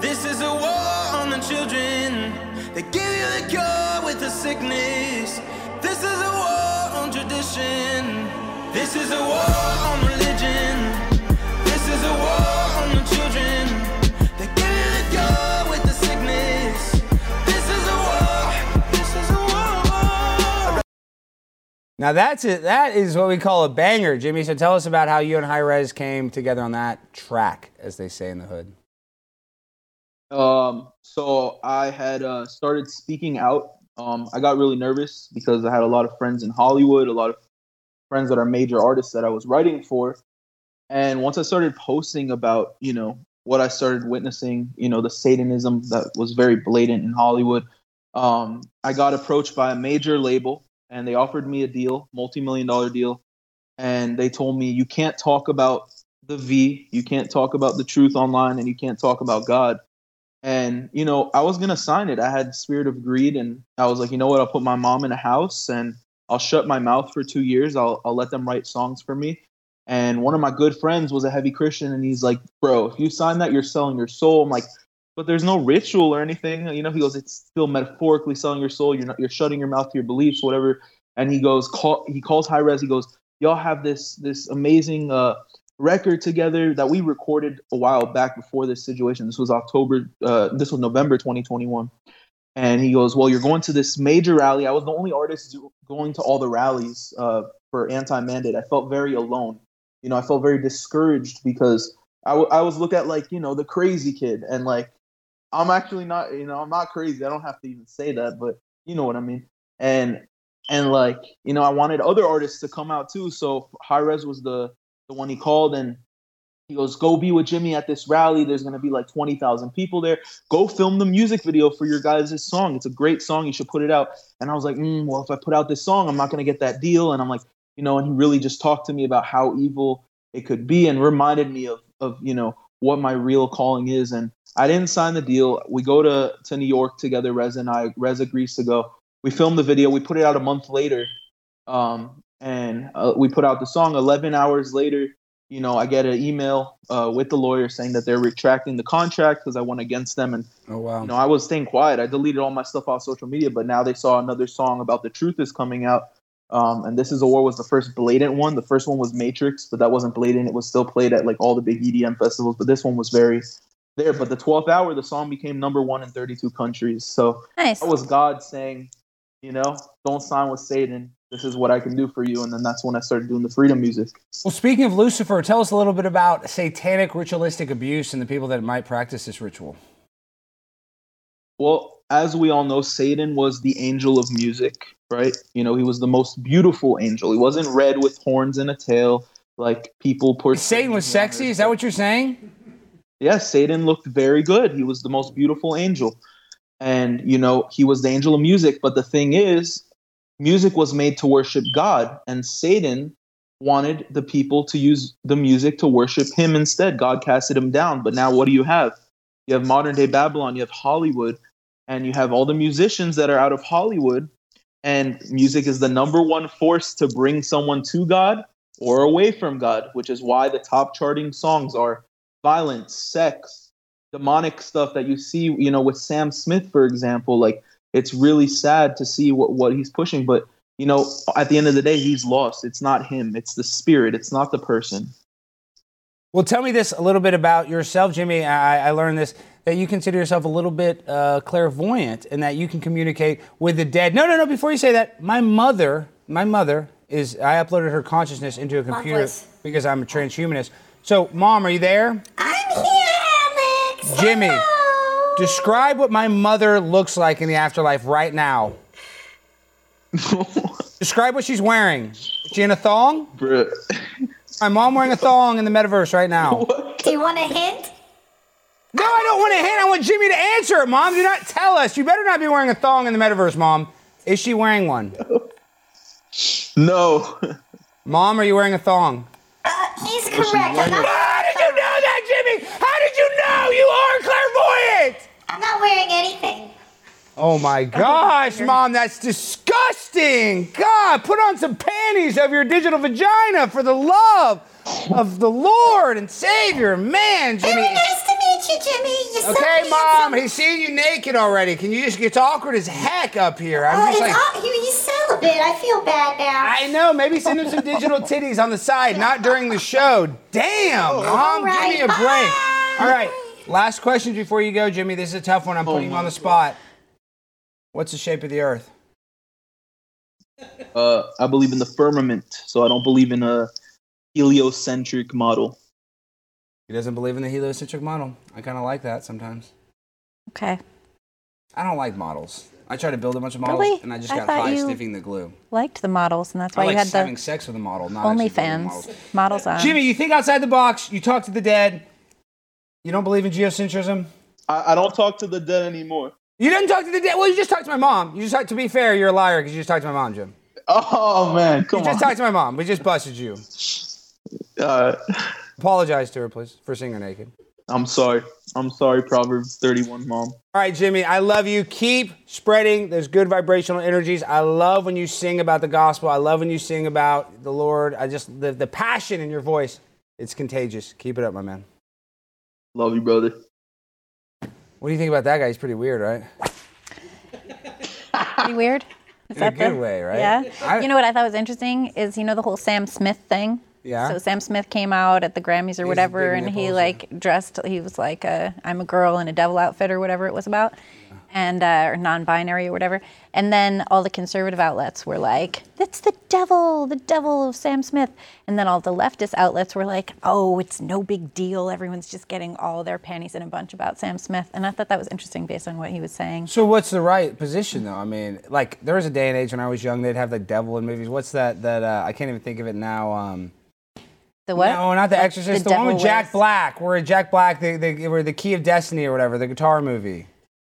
[SPEAKER 15] This is a war on the children. They give you the cure with the sickness. This is a war on tradition. This is a war on religion. This is a war on the children. They give you the cure with the sickness. This is a war. This is a war.
[SPEAKER 1] Now that's it. That is what we call a banger, Jimmy. So tell us about how you and High Res came together on that track, as they say in the hood.
[SPEAKER 14] Um, so I had uh, started speaking out. Um, I got really nervous because I had a lot of friends in Hollywood, a lot of friends that are major artists that I was writing for. And once I started posting about, you know, what I started witnessing, you know, the Satanism that was very blatant in Hollywood, um, I got approached by a major label and they offered me a deal, multi million dollar deal. And they told me, you can't talk about the V, you can't talk about the truth online, and you can't talk about God. And, you know, I was going to sign it. I had spirit of greed and I was like, you know what? I'll put my mom in a house and I'll shut my mouth for two years. I'll, I'll let them write songs for me. And one of my good friends was a heavy Christian, and he's like, "Bro, if you sign that, you're selling your soul." I'm like, "But there's no ritual or anything." You know, he goes, "It's still metaphorically selling your soul. You're not, you're shutting your mouth to your beliefs, whatever." And he goes, call, he calls high res. He goes, "Y'all have this this amazing uh, record together that we recorded a while back before this situation. This was October. Uh, this was November 2021." And he goes, "Well, you're going to this major rally. I was the only artist going to all the rallies uh, for anti-mandate. I felt very alone." you know, I felt very discouraged because I, w- I was looked at like, you know, the crazy kid. And like, I'm actually not, you know, I'm not crazy. I don't have to even say that, but you know what I mean. And, and like, you know, I wanted other artists to come out too. So High Res was the, the one he called and he goes, go be with Jimmy at this rally. There's going to be like 20,000 people there. Go film the music video for your guys' song. It's a great song. You should put it out. And I was like, mm, well, if I put out this song, I'm not going to get that deal. And I'm like, you know, and he really just talked to me about how evil it could be and reminded me of, of you know, what my real calling is. And I didn't sign the deal. We go to, to New York together, Rez and I. Rez agrees to go. We filmed the video. We put it out a month later. Um, and uh, we put out the song 11 hours later. You know, I get an email uh, with the lawyer saying that they're retracting the contract because I went against them. And,
[SPEAKER 1] oh, wow.
[SPEAKER 14] you know, I was staying quiet. I deleted all my stuff off social media, but now they saw another song about the truth is coming out. Um, and this is a war was the first blatant one. The first one was Matrix, but that wasn't blatant. It was still played at like all the big EDM festivals, but this one was very there. But the 12th hour, the song became number one in 32 countries. So
[SPEAKER 3] nice.
[SPEAKER 14] that was God saying, you know, don't sign with Satan. This is what I can do for you. And then that's when I started doing the freedom music.
[SPEAKER 1] Well, speaking of Lucifer, tell us a little bit about satanic ritualistic abuse and the people that might practice this ritual.
[SPEAKER 14] Well, as we all know, Satan was the angel of music, right? You know, he was the most beautiful angel. He wasn't red with horns and a tail like people portray.
[SPEAKER 1] Satan was sexy? Is that what you're saying?
[SPEAKER 14] Yes, yeah, Satan looked very good. He was the most beautiful angel. And, you know, he was the angel of music. But the thing is, music was made to worship God, and Satan wanted the people to use the music to worship him instead. God casted him down. But now what do you have? You have modern day Babylon, you have Hollywood, and you have all the musicians that are out of Hollywood, and music is the number one force to bring someone to God or away from God, which is why the top charting songs are violence, sex, demonic stuff that you see, you know, with Sam Smith, for example. Like, it's really sad to see what, what he's pushing, but, you know, at the end of the day, he's lost. It's not him, it's the spirit, it's not the person.
[SPEAKER 1] Well, tell me this a little bit about yourself, Jimmy. I, I learned this that you consider yourself a little bit uh, clairvoyant and that you can communicate with the dead. No, no, no. Before you say that, my mother, my mother is. I uploaded her consciousness into a computer
[SPEAKER 5] voice.
[SPEAKER 1] because I'm a transhumanist. So, mom, are you there?
[SPEAKER 5] I'm here, Alex.
[SPEAKER 1] Jimmy,
[SPEAKER 5] Hello.
[SPEAKER 1] describe what my mother looks like in the afterlife right now. describe what she's wearing. Is she in a thong?
[SPEAKER 14] Bruh.
[SPEAKER 1] My mom wearing a thong in the metaverse right now.
[SPEAKER 5] Do you want a hint?
[SPEAKER 1] No, I don't want to hint. I want Jimmy to answer it, Mom. Do not tell us. You better not be wearing a thong in the metaverse, Mom. Is she wearing one?
[SPEAKER 14] No.
[SPEAKER 1] Mom, are you wearing a thong?
[SPEAKER 5] Uh, he's correct. I'm not,
[SPEAKER 1] How did you know that, Jimmy? How did you know? You are clairvoyant.
[SPEAKER 5] I'm not wearing anything.
[SPEAKER 1] Oh <laughs> my gosh, Mom, that's disgusting. God, put on some panties of your digital vagina for the love of the Lord and Savior. Man, Jimmy.
[SPEAKER 5] Very nice to meet you, Jimmy. You're so
[SPEAKER 1] Okay,
[SPEAKER 5] handsome.
[SPEAKER 1] Mom, he's seeing you naked already. Can you just get awkward as heck up here?
[SPEAKER 5] Oh,
[SPEAKER 1] I'm just
[SPEAKER 5] he's,
[SPEAKER 1] like,
[SPEAKER 5] all- he- he's celibate. I feel bad now.
[SPEAKER 1] I know. Maybe send him some
[SPEAKER 5] <laughs>
[SPEAKER 1] digital titties on the side, not during the show. Damn, Mom,
[SPEAKER 5] Alright,
[SPEAKER 1] give me a break.
[SPEAKER 5] bye.
[SPEAKER 1] All right, last question before you go, Jimmy. This is a tough one. I'm putting you on the spot. What's the shape of the Earth?
[SPEAKER 14] Uh, I believe in the firmament, so I don't believe in a heliocentric model.
[SPEAKER 1] He doesn't believe in the heliocentric model. I kind of like that sometimes.
[SPEAKER 3] Okay.
[SPEAKER 1] I don't like models. I tried to build a bunch of models,
[SPEAKER 3] Really?
[SPEAKER 1] and I just
[SPEAKER 3] I
[SPEAKER 1] got
[SPEAKER 3] thought
[SPEAKER 1] high
[SPEAKER 3] you-
[SPEAKER 1] sniffing the glue.
[SPEAKER 3] Liked the models, and that's why
[SPEAKER 1] I
[SPEAKER 3] you
[SPEAKER 1] like
[SPEAKER 3] had
[SPEAKER 1] having
[SPEAKER 3] the
[SPEAKER 1] sex with a model, not actually building models.
[SPEAKER 3] OnlyFans models on.
[SPEAKER 1] Jimmy, you think outside the box. You talk to the dead. You don't believe in geocentrism.
[SPEAKER 14] I, I don't talk to the dead anymore.
[SPEAKER 1] You didn't talk to the dead. Well, you just talked to my mom. You just talked, to be fair, you're a liar because you just talked to my mom, Jim.
[SPEAKER 12] <laughs>
[SPEAKER 14] Oh man, come
[SPEAKER 1] you just
[SPEAKER 14] on.
[SPEAKER 1] talked to my mom. We just busted you.
[SPEAKER 14] Uh,
[SPEAKER 1] Apologize to her, please, for seeing her naked.
[SPEAKER 14] I'm sorry. I'm sorry, Proverbs 31, mom.
[SPEAKER 1] All right, Jimmy, I love you. Keep spreading those good vibrational energies. I love when you sing about the gospel. I love when you sing about the Lord. I just, the, the passion in your voice, it's contagious. Keep it up, my man.
[SPEAKER 14] Love you, brother.
[SPEAKER 1] What do you think about that guy? He's pretty weird, right?
[SPEAKER 3] Pretty
[SPEAKER 1] <laughs>
[SPEAKER 3] weird.
[SPEAKER 1] In a good way, right?
[SPEAKER 3] Yeah.
[SPEAKER 1] I-
[SPEAKER 3] you know what I thought was interesting is you know the whole Sam Smith thing.
[SPEAKER 1] Yeah.
[SPEAKER 3] So Sam Smith came out at the Grammys or whatever, and he like dressed. He was like, a, "I'm a girl in a devil outfit" or whatever it was about, and uh, or non-binary or whatever. And then all the conservative outlets were like, "That's the devil, the devil of Sam Smith." And then all the leftist outlets were like, "Oh, it's no big deal. Everyone's just getting all their panties in a bunch about Sam Smith." And I thought that was interesting based on what he was saying.
[SPEAKER 1] So what's the right position though? I mean, like there was a day and age when I was young, they'd have the devil in movies. What's that? That uh, I can't even think of it now. Um,
[SPEAKER 3] The what?
[SPEAKER 1] No, not The
[SPEAKER 3] Like,
[SPEAKER 1] Exorcist. The, one with
[SPEAKER 3] devil
[SPEAKER 1] Jack
[SPEAKER 3] wears-
[SPEAKER 1] Black, where Jack Black, they, they were the Key of Destiny or whatever, the guitar movie.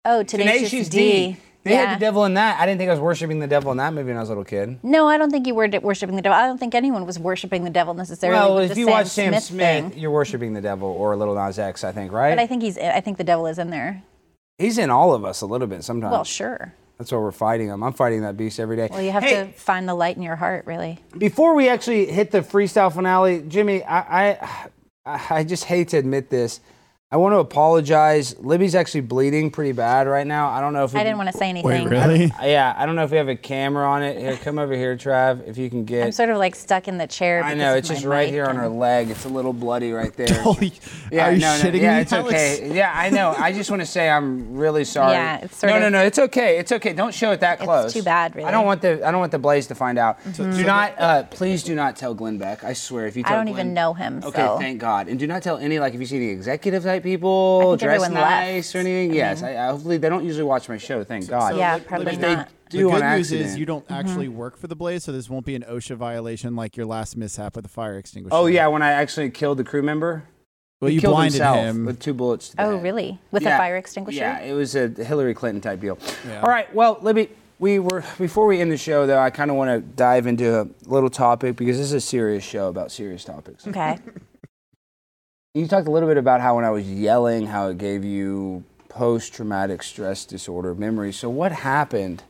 [SPEAKER 3] Oh, Tenacious, D.
[SPEAKER 1] They
[SPEAKER 3] yeah.
[SPEAKER 1] had the devil in that. I didn't think I was worshiping the devil in that movie when I was a little kid.
[SPEAKER 3] No, I don't think you were de- worshiping the devil. I don't think anyone was worshiping the devil necessarily.
[SPEAKER 1] well,
[SPEAKER 3] but
[SPEAKER 1] if
[SPEAKER 3] the
[SPEAKER 1] you
[SPEAKER 3] Sam
[SPEAKER 1] watch Sam
[SPEAKER 3] Smith,
[SPEAKER 1] Smith,
[SPEAKER 3] thing.
[SPEAKER 1] you're worshiping the devil or Little Nas X, I think, right?
[SPEAKER 3] but I think he's. I think the devil is in there.
[SPEAKER 1] He's in all of us a little bit sometimes.
[SPEAKER 3] Well, sure.
[SPEAKER 1] That's why we're fighting him. I'm fighting that beast every day.
[SPEAKER 3] Well, you have to find the light in your heart, really.
[SPEAKER 1] Before we actually hit the freestyle finale, Jimmy, I I, I just hate to admit this. I want to apologize. Libby's actually bleeding pretty bad right now. I don't know if we
[SPEAKER 3] I
[SPEAKER 1] can-
[SPEAKER 3] didn't want to say anything.
[SPEAKER 1] I- yeah, I don't know if we have a camera on it. Here, come over here, Trav, if you can get.
[SPEAKER 3] I'm sort of like stuck in the chair.
[SPEAKER 1] I
[SPEAKER 3] because
[SPEAKER 1] know
[SPEAKER 3] of
[SPEAKER 1] it's
[SPEAKER 3] my
[SPEAKER 1] just right
[SPEAKER 3] mic
[SPEAKER 1] here on her
[SPEAKER 3] and-
[SPEAKER 1] leg. It's a little bloody right
[SPEAKER 4] <laughs>
[SPEAKER 1] there.
[SPEAKER 4] Holy-
[SPEAKER 1] yeah,
[SPEAKER 4] are you
[SPEAKER 1] no, no,
[SPEAKER 4] shitting
[SPEAKER 1] yeah,
[SPEAKER 4] me,
[SPEAKER 1] it's
[SPEAKER 4] Alex?
[SPEAKER 1] okay. Yeah, I know. I just want to say I'm
[SPEAKER 3] <laughs>
[SPEAKER 1] really sorry.
[SPEAKER 3] Yeah, it's sort
[SPEAKER 1] no,
[SPEAKER 3] of-
[SPEAKER 1] no, no. It's okay. It's okay. Don't show it that close.
[SPEAKER 3] too bad, really.
[SPEAKER 1] I don't want the I don't want the blaze to find out.
[SPEAKER 4] Mm-hmm.
[SPEAKER 3] Mhm.
[SPEAKER 1] Do not, uh, please do not tell Glenn Beck. I swear, if you
[SPEAKER 3] I
[SPEAKER 1] tell
[SPEAKER 3] don't
[SPEAKER 1] Glenn-
[SPEAKER 3] even know him.
[SPEAKER 1] Okay,
[SPEAKER 3] so.
[SPEAKER 1] thank God. And do not tell any like if you see any executive type people
[SPEAKER 3] think
[SPEAKER 1] dress
[SPEAKER 3] everyone
[SPEAKER 1] nice or anything. yes, I, I, hopefully they don't usually watch my show. Thank God.
[SPEAKER 3] Yeah,
[SPEAKER 4] Lib-
[SPEAKER 3] probably
[SPEAKER 4] Libby,
[SPEAKER 1] they
[SPEAKER 3] not. Mm-hmm.
[SPEAKER 1] do
[SPEAKER 4] the good
[SPEAKER 1] on
[SPEAKER 4] news
[SPEAKER 1] accident.
[SPEAKER 4] is you don't actually work for the Blaze, so this won't be an OSHA violation like your last mishap with the fire extinguisher.
[SPEAKER 1] Oh yeah, when I actually killed the crew member.
[SPEAKER 4] Well,
[SPEAKER 1] He
[SPEAKER 4] you
[SPEAKER 1] killed
[SPEAKER 4] blinded
[SPEAKER 1] himself
[SPEAKER 4] him.
[SPEAKER 1] with two bullets. To the
[SPEAKER 3] Oh,
[SPEAKER 1] head.
[SPEAKER 3] really? With a
[SPEAKER 1] Yeah,
[SPEAKER 3] fire extinguisher?
[SPEAKER 1] Yeah, it was a Hillary Clinton type deal. All right, well, Libby, we were before we end the show though. I kind of want to dive into a little topic because this is a serious show about serious topics.
[SPEAKER 3] Okay.
[SPEAKER 1] You talked a little bit about how when I was yelling, how it gave you post traumatic stress disorder memory. So, what happened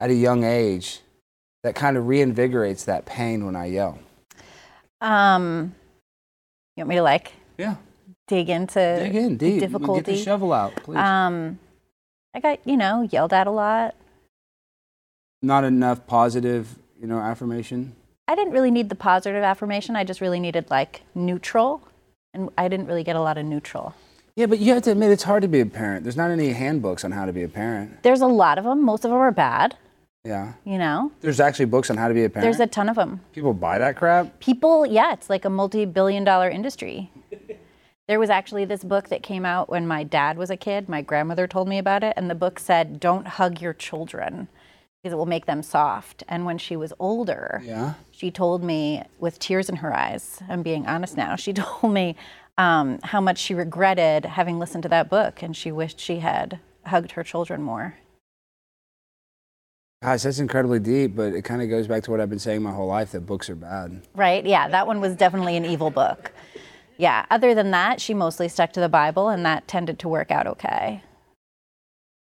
[SPEAKER 1] at a young age that kind of reinvigorates that pain when I yell?
[SPEAKER 3] Um, you want me to like?
[SPEAKER 1] Yeah.
[SPEAKER 3] Dig into
[SPEAKER 1] Dig in
[SPEAKER 3] the
[SPEAKER 1] deep.
[SPEAKER 3] difficulty.
[SPEAKER 1] Get the shovel out, please.
[SPEAKER 3] Um, I got you know yelled at a lot.
[SPEAKER 1] Not enough positive, you know, affirmation.
[SPEAKER 3] I didn't really need the positive affirmation. I just really needed like neutral, and I didn't really get a lot of neutral.
[SPEAKER 1] Yeah, but you have to admit it's hard to be a parent. There's not any handbooks on how to be a parent.
[SPEAKER 3] There's a lot of them. Most of them are bad.
[SPEAKER 1] Yeah.
[SPEAKER 3] You know,
[SPEAKER 1] There's actually books on how to be a parent.
[SPEAKER 3] there's a ton of them.
[SPEAKER 1] People buy that crap.
[SPEAKER 3] People, yeah, it's like a multi-billion-dollar industry. There was actually this book that came out when my dad was a kid. My grandmother told me about it, and the book said, "Don't hug your children." Because it will make them soft. And when she was older,
[SPEAKER 1] Yeah.
[SPEAKER 3] she told me with tears in her eyes i'm being honest now she <laughs> told me um, how much she regretted having listened to that book and she wished she had hugged her children more
[SPEAKER 1] Gosh, that's incredibly deep, but it kind of goes back to what I've been saying my whole life that books are bad.
[SPEAKER 3] right yeah that one was definitely an evil book yeah other than that she mostly stuck to the bible and that tended to work out okay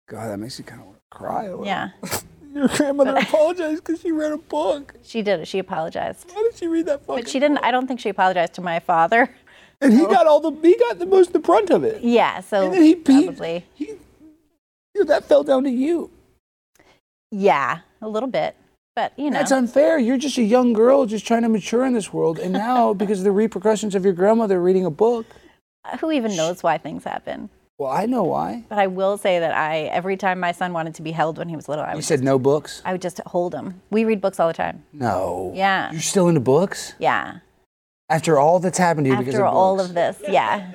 [SPEAKER 1] God, that makes you kind of want to cry a little.
[SPEAKER 3] yeah
[SPEAKER 1] <laughs> Your
[SPEAKER 3] <laughs>
[SPEAKER 1] grandmother apologized because she read a book.
[SPEAKER 3] she did she apologized
[SPEAKER 1] Why did she read that
[SPEAKER 3] but she didn't i don't think she apologized to my father <laughs>
[SPEAKER 1] And he got all the he got the most the brunt of it.
[SPEAKER 3] yeah so
[SPEAKER 1] And then he beat-
[SPEAKER 3] probably
[SPEAKER 1] Dude, that fell down to you.
[SPEAKER 3] yeah a little bit but you know
[SPEAKER 1] That's unfair. You're just a young girl just trying to mature in this world, and now <laughs> because of the repercussions of your grandmother reading a book.
[SPEAKER 3] who even knows why things happen
[SPEAKER 1] Well, I know why.
[SPEAKER 3] But I will say that I, every time my son wanted to be held when he was little, I
[SPEAKER 1] You
[SPEAKER 3] would,
[SPEAKER 1] said no books.
[SPEAKER 3] I would just hold him. We read books all the time.
[SPEAKER 1] No.
[SPEAKER 3] Yeah.
[SPEAKER 1] You're still into books
[SPEAKER 3] Yeah.
[SPEAKER 1] after all that's happened to you because
[SPEAKER 3] After
[SPEAKER 1] of
[SPEAKER 3] all
[SPEAKER 1] books.
[SPEAKER 3] of this. Yeah.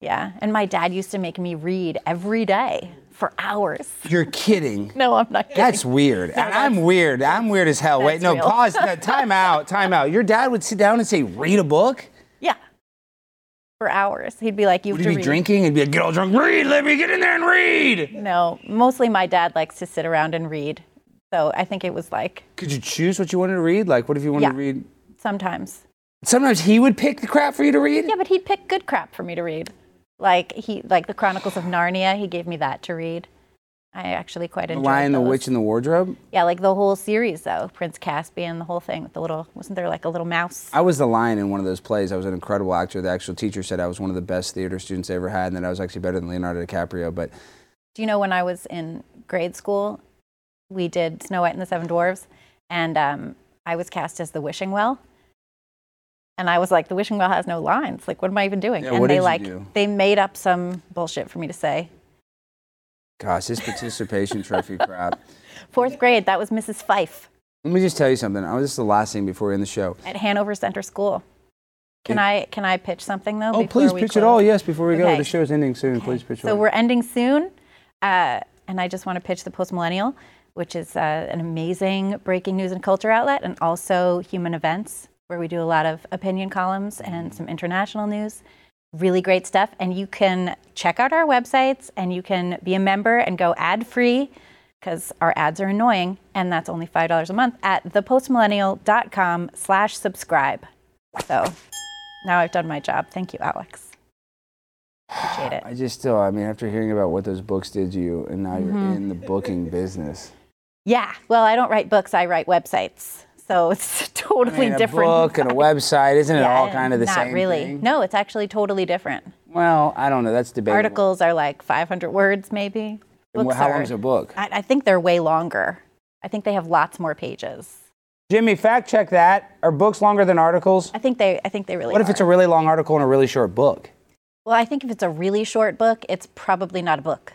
[SPEAKER 3] Yeah. And my dad used to make me read every day for hours.
[SPEAKER 1] You're kidding.
[SPEAKER 3] <laughs> No, I'm not kidding.
[SPEAKER 1] That's weird. and I'm weird. I'm weird as hell. Wait,
[SPEAKER 3] that's
[SPEAKER 1] no,
[SPEAKER 3] real.
[SPEAKER 1] pause.
[SPEAKER 3] <laughs>
[SPEAKER 1] No, time out. Time out. Your dad would sit down and say, read a book?
[SPEAKER 3] Yeah. For hours. He'd be like, you have
[SPEAKER 1] Would
[SPEAKER 3] to
[SPEAKER 1] he be
[SPEAKER 3] read.
[SPEAKER 1] drinking? He'd be like, get all drunk, read, let me get in there and read.
[SPEAKER 3] No, mostly my dad likes to sit around and read. So I think it was like
[SPEAKER 1] Could you choose what you wanted to read? Like, what if you wanted to
[SPEAKER 3] Yeah.
[SPEAKER 1] read?
[SPEAKER 3] sometimes.
[SPEAKER 1] Sometimes he would pick the crap for you to read?
[SPEAKER 3] Yeah, but he'd pick good crap for me to read. Like he like the Chronicles of Narnia, he gave me that to read. I actually quite
[SPEAKER 1] The
[SPEAKER 3] enjoyed
[SPEAKER 1] Lion, the
[SPEAKER 3] those.
[SPEAKER 1] Witch, and the Wardrobe?
[SPEAKER 3] Yeah, like the whole series though. Prince Caspian, the whole thing with the little wasn't there like a little mouse?
[SPEAKER 1] I was the lion in one of those plays. I was an incredible actor. The actual teacher said I was one of the best theater students they ever had, and that I was actually better than Leonardo DiCaprio. But
[SPEAKER 3] Do you know when I was in grade school, we did Snow White and the Seven Dwarves, and um, I was cast as the Wishing Well. And I was like, the Wishing Well has no lines. Like, what am I even doing?
[SPEAKER 1] Yeah,
[SPEAKER 3] and
[SPEAKER 1] what
[SPEAKER 3] they
[SPEAKER 1] did you
[SPEAKER 3] like,
[SPEAKER 1] do?
[SPEAKER 3] they made up some bullshit for me to say.
[SPEAKER 1] gosh, this participation trophy crap.
[SPEAKER 3] Fourth grade, that was Mrs. Fife
[SPEAKER 1] Let me just tell you something. I was just the last thing before we end the show.
[SPEAKER 3] at Hanover Center School. Can I can I pitch something though?
[SPEAKER 1] Oh,
[SPEAKER 3] before
[SPEAKER 1] please
[SPEAKER 3] we
[SPEAKER 1] pitch it
[SPEAKER 3] close?
[SPEAKER 1] all. Yes, before we go,
[SPEAKER 3] Okay.
[SPEAKER 1] the show's ending soon. Please pitch it
[SPEAKER 3] So
[SPEAKER 1] all.
[SPEAKER 3] we're ending soon, uh, and I just want to pitch the Post Millennial, which is uh, an amazing breaking news and culture outlet, and also Human Events, where we do a lot of opinion columns and some international news. Really great stuff, and you can check out our websites, and you can be a member and go ad free, because our ads are annoying, and that's only five dollars a month at thepostmillennial.com/slash subscribe. So now I've done my job. Thank you, Alex. Appreciate it.
[SPEAKER 1] I just still, I mean, after hearing about what those books did to you, and now you're
[SPEAKER 3] Mhm.
[SPEAKER 1] in the booking business.
[SPEAKER 3] Yeah. Well, I don't write books. I write websites. So <laughs> it's
[SPEAKER 1] I
[SPEAKER 3] totally
[SPEAKER 1] mean,
[SPEAKER 3] different.
[SPEAKER 1] A
[SPEAKER 3] <laughs>
[SPEAKER 1] book and a website, isn't it
[SPEAKER 3] Yeah,
[SPEAKER 1] all kind of the
[SPEAKER 3] not
[SPEAKER 1] same
[SPEAKER 3] really.
[SPEAKER 1] thing?
[SPEAKER 3] No, it's actually totally different.
[SPEAKER 1] Well, I don't know. That's debatable.
[SPEAKER 3] Articles are like 500 words, maybe.
[SPEAKER 1] And wh-
[SPEAKER 3] Books
[SPEAKER 1] How
[SPEAKER 3] are-
[SPEAKER 1] long's a book?
[SPEAKER 3] I, I think they're way longer. I think they have lots more pages.
[SPEAKER 1] Jimmy, fact check that. Are books longer than articles?
[SPEAKER 3] I think they. I think they really.
[SPEAKER 1] What if it's a really long article and a really short book?
[SPEAKER 3] Well, I think if it's a really short book, it's probably not a book.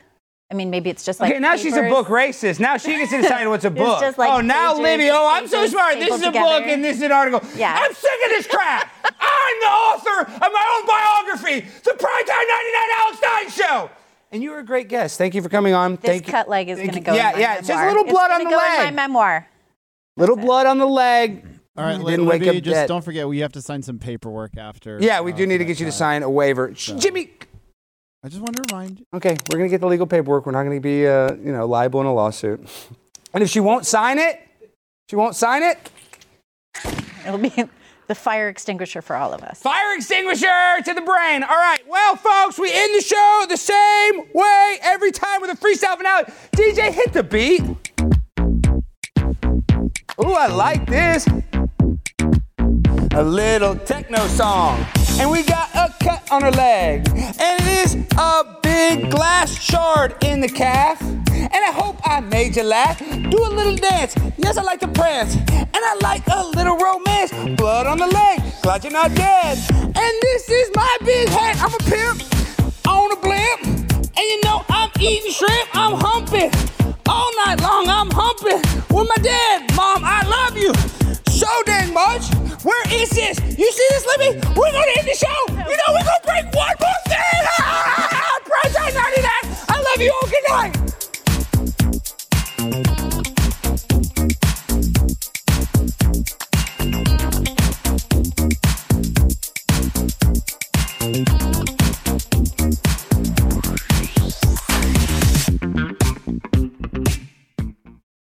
[SPEAKER 3] I mean, maybe it's just like.
[SPEAKER 1] okay, now she's a
[SPEAKER 3] papers.
[SPEAKER 1] book racist. Now she gets to decide what's
[SPEAKER 3] <laughs>
[SPEAKER 1] a
[SPEAKER 3] It's
[SPEAKER 1] book.
[SPEAKER 3] just like
[SPEAKER 1] oh, now
[SPEAKER 3] pages,
[SPEAKER 1] Libby. Oh, I'm so
[SPEAKER 3] pages
[SPEAKER 1] smart. This is a
[SPEAKER 3] stapled
[SPEAKER 1] book
[SPEAKER 3] together.
[SPEAKER 1] and this is an article.
[SPEAKER 3] Yeah.
[SPEAKER 1] I'm sick of
[SPEAKER 3] <laughs>
[SPEAKER 1] this crap. I'm the author of my own biography, the Primetime 99 Alex Stein Show. And you were a great guest. Thank you for coming on.
[SPEAKER 3] This
[SPEAKER 1] Thank you.
[SPEAKER 3] cut leg is going
[SPEAKER 1] Thank
[SPEAKER 3] to go.
[SPEAKER 1] you. Yeah,
[SPEAKER 3] in my
[SPEAKER 1] yeah, it's just a
[SPEAKER 3] memoir.
[SPEAKER 1] little blood
[SPEAKER 3] it's
[SPEAKER 1] on
[SPEAKER 3] gonna
[SPEAKER 1] the
[SPEAKER 3] go
[SPEAKER 1] leg.
[SPEAKER 3] In my memoir.
[SPEAKER 1] Little blood on the leg.
[SPEAKER 4] All right,
[SPEAKER 1] Mm-hmm. Didn't
[SPEAKER 4] little
[SPEAKER 1] wake
[SPEAKER 4] Libby,
[SPEAKER 1] up
[SPEAKER 4] just
[SPEAKER 1] dead.
[SPEAKER 4] don't forget we have to sign some paperwork after.
[SPEAKER 1] Yeah, we
[SPEAKER 4] uh,
[SPEAKER 1] do need to
[SPEAKER 4] that
[SPEAKER 1] get you to
[SPEAKER 4] time.
[SPEAKER 1] sign a waiver. Sh-
[SPEAKER 4] So-
[SPEAKER 1] Jimmy,
[SPEAKER 4] I just want to remind you.
[SPEAKER 1] Okay, we're gonna get the legal paperwork. We're not gonna be, uh, you know, liable in a lawsuit. And if she won't sign it, she won't sign it.
[SPEAKER 3] It'll be <laughs> the fire extinguisher for all of us.
[SPEAKER 1] Fire extinguisher to the brain. All right, well, folks, we end the show the same way every time with a freestyle finale. DJ, hit the beat. Ooh, I like this. A little techno song. And we got a cut on her leg. And it is a big glass shard in the calf. And I hope I made you laugh. Do a little dance. Yes, I like to prance. And I like a little romance. Blood on the leg. Glad you're not dead. And this is my big hat. I'm a pimp.
[SPEAKER 12] <laughs>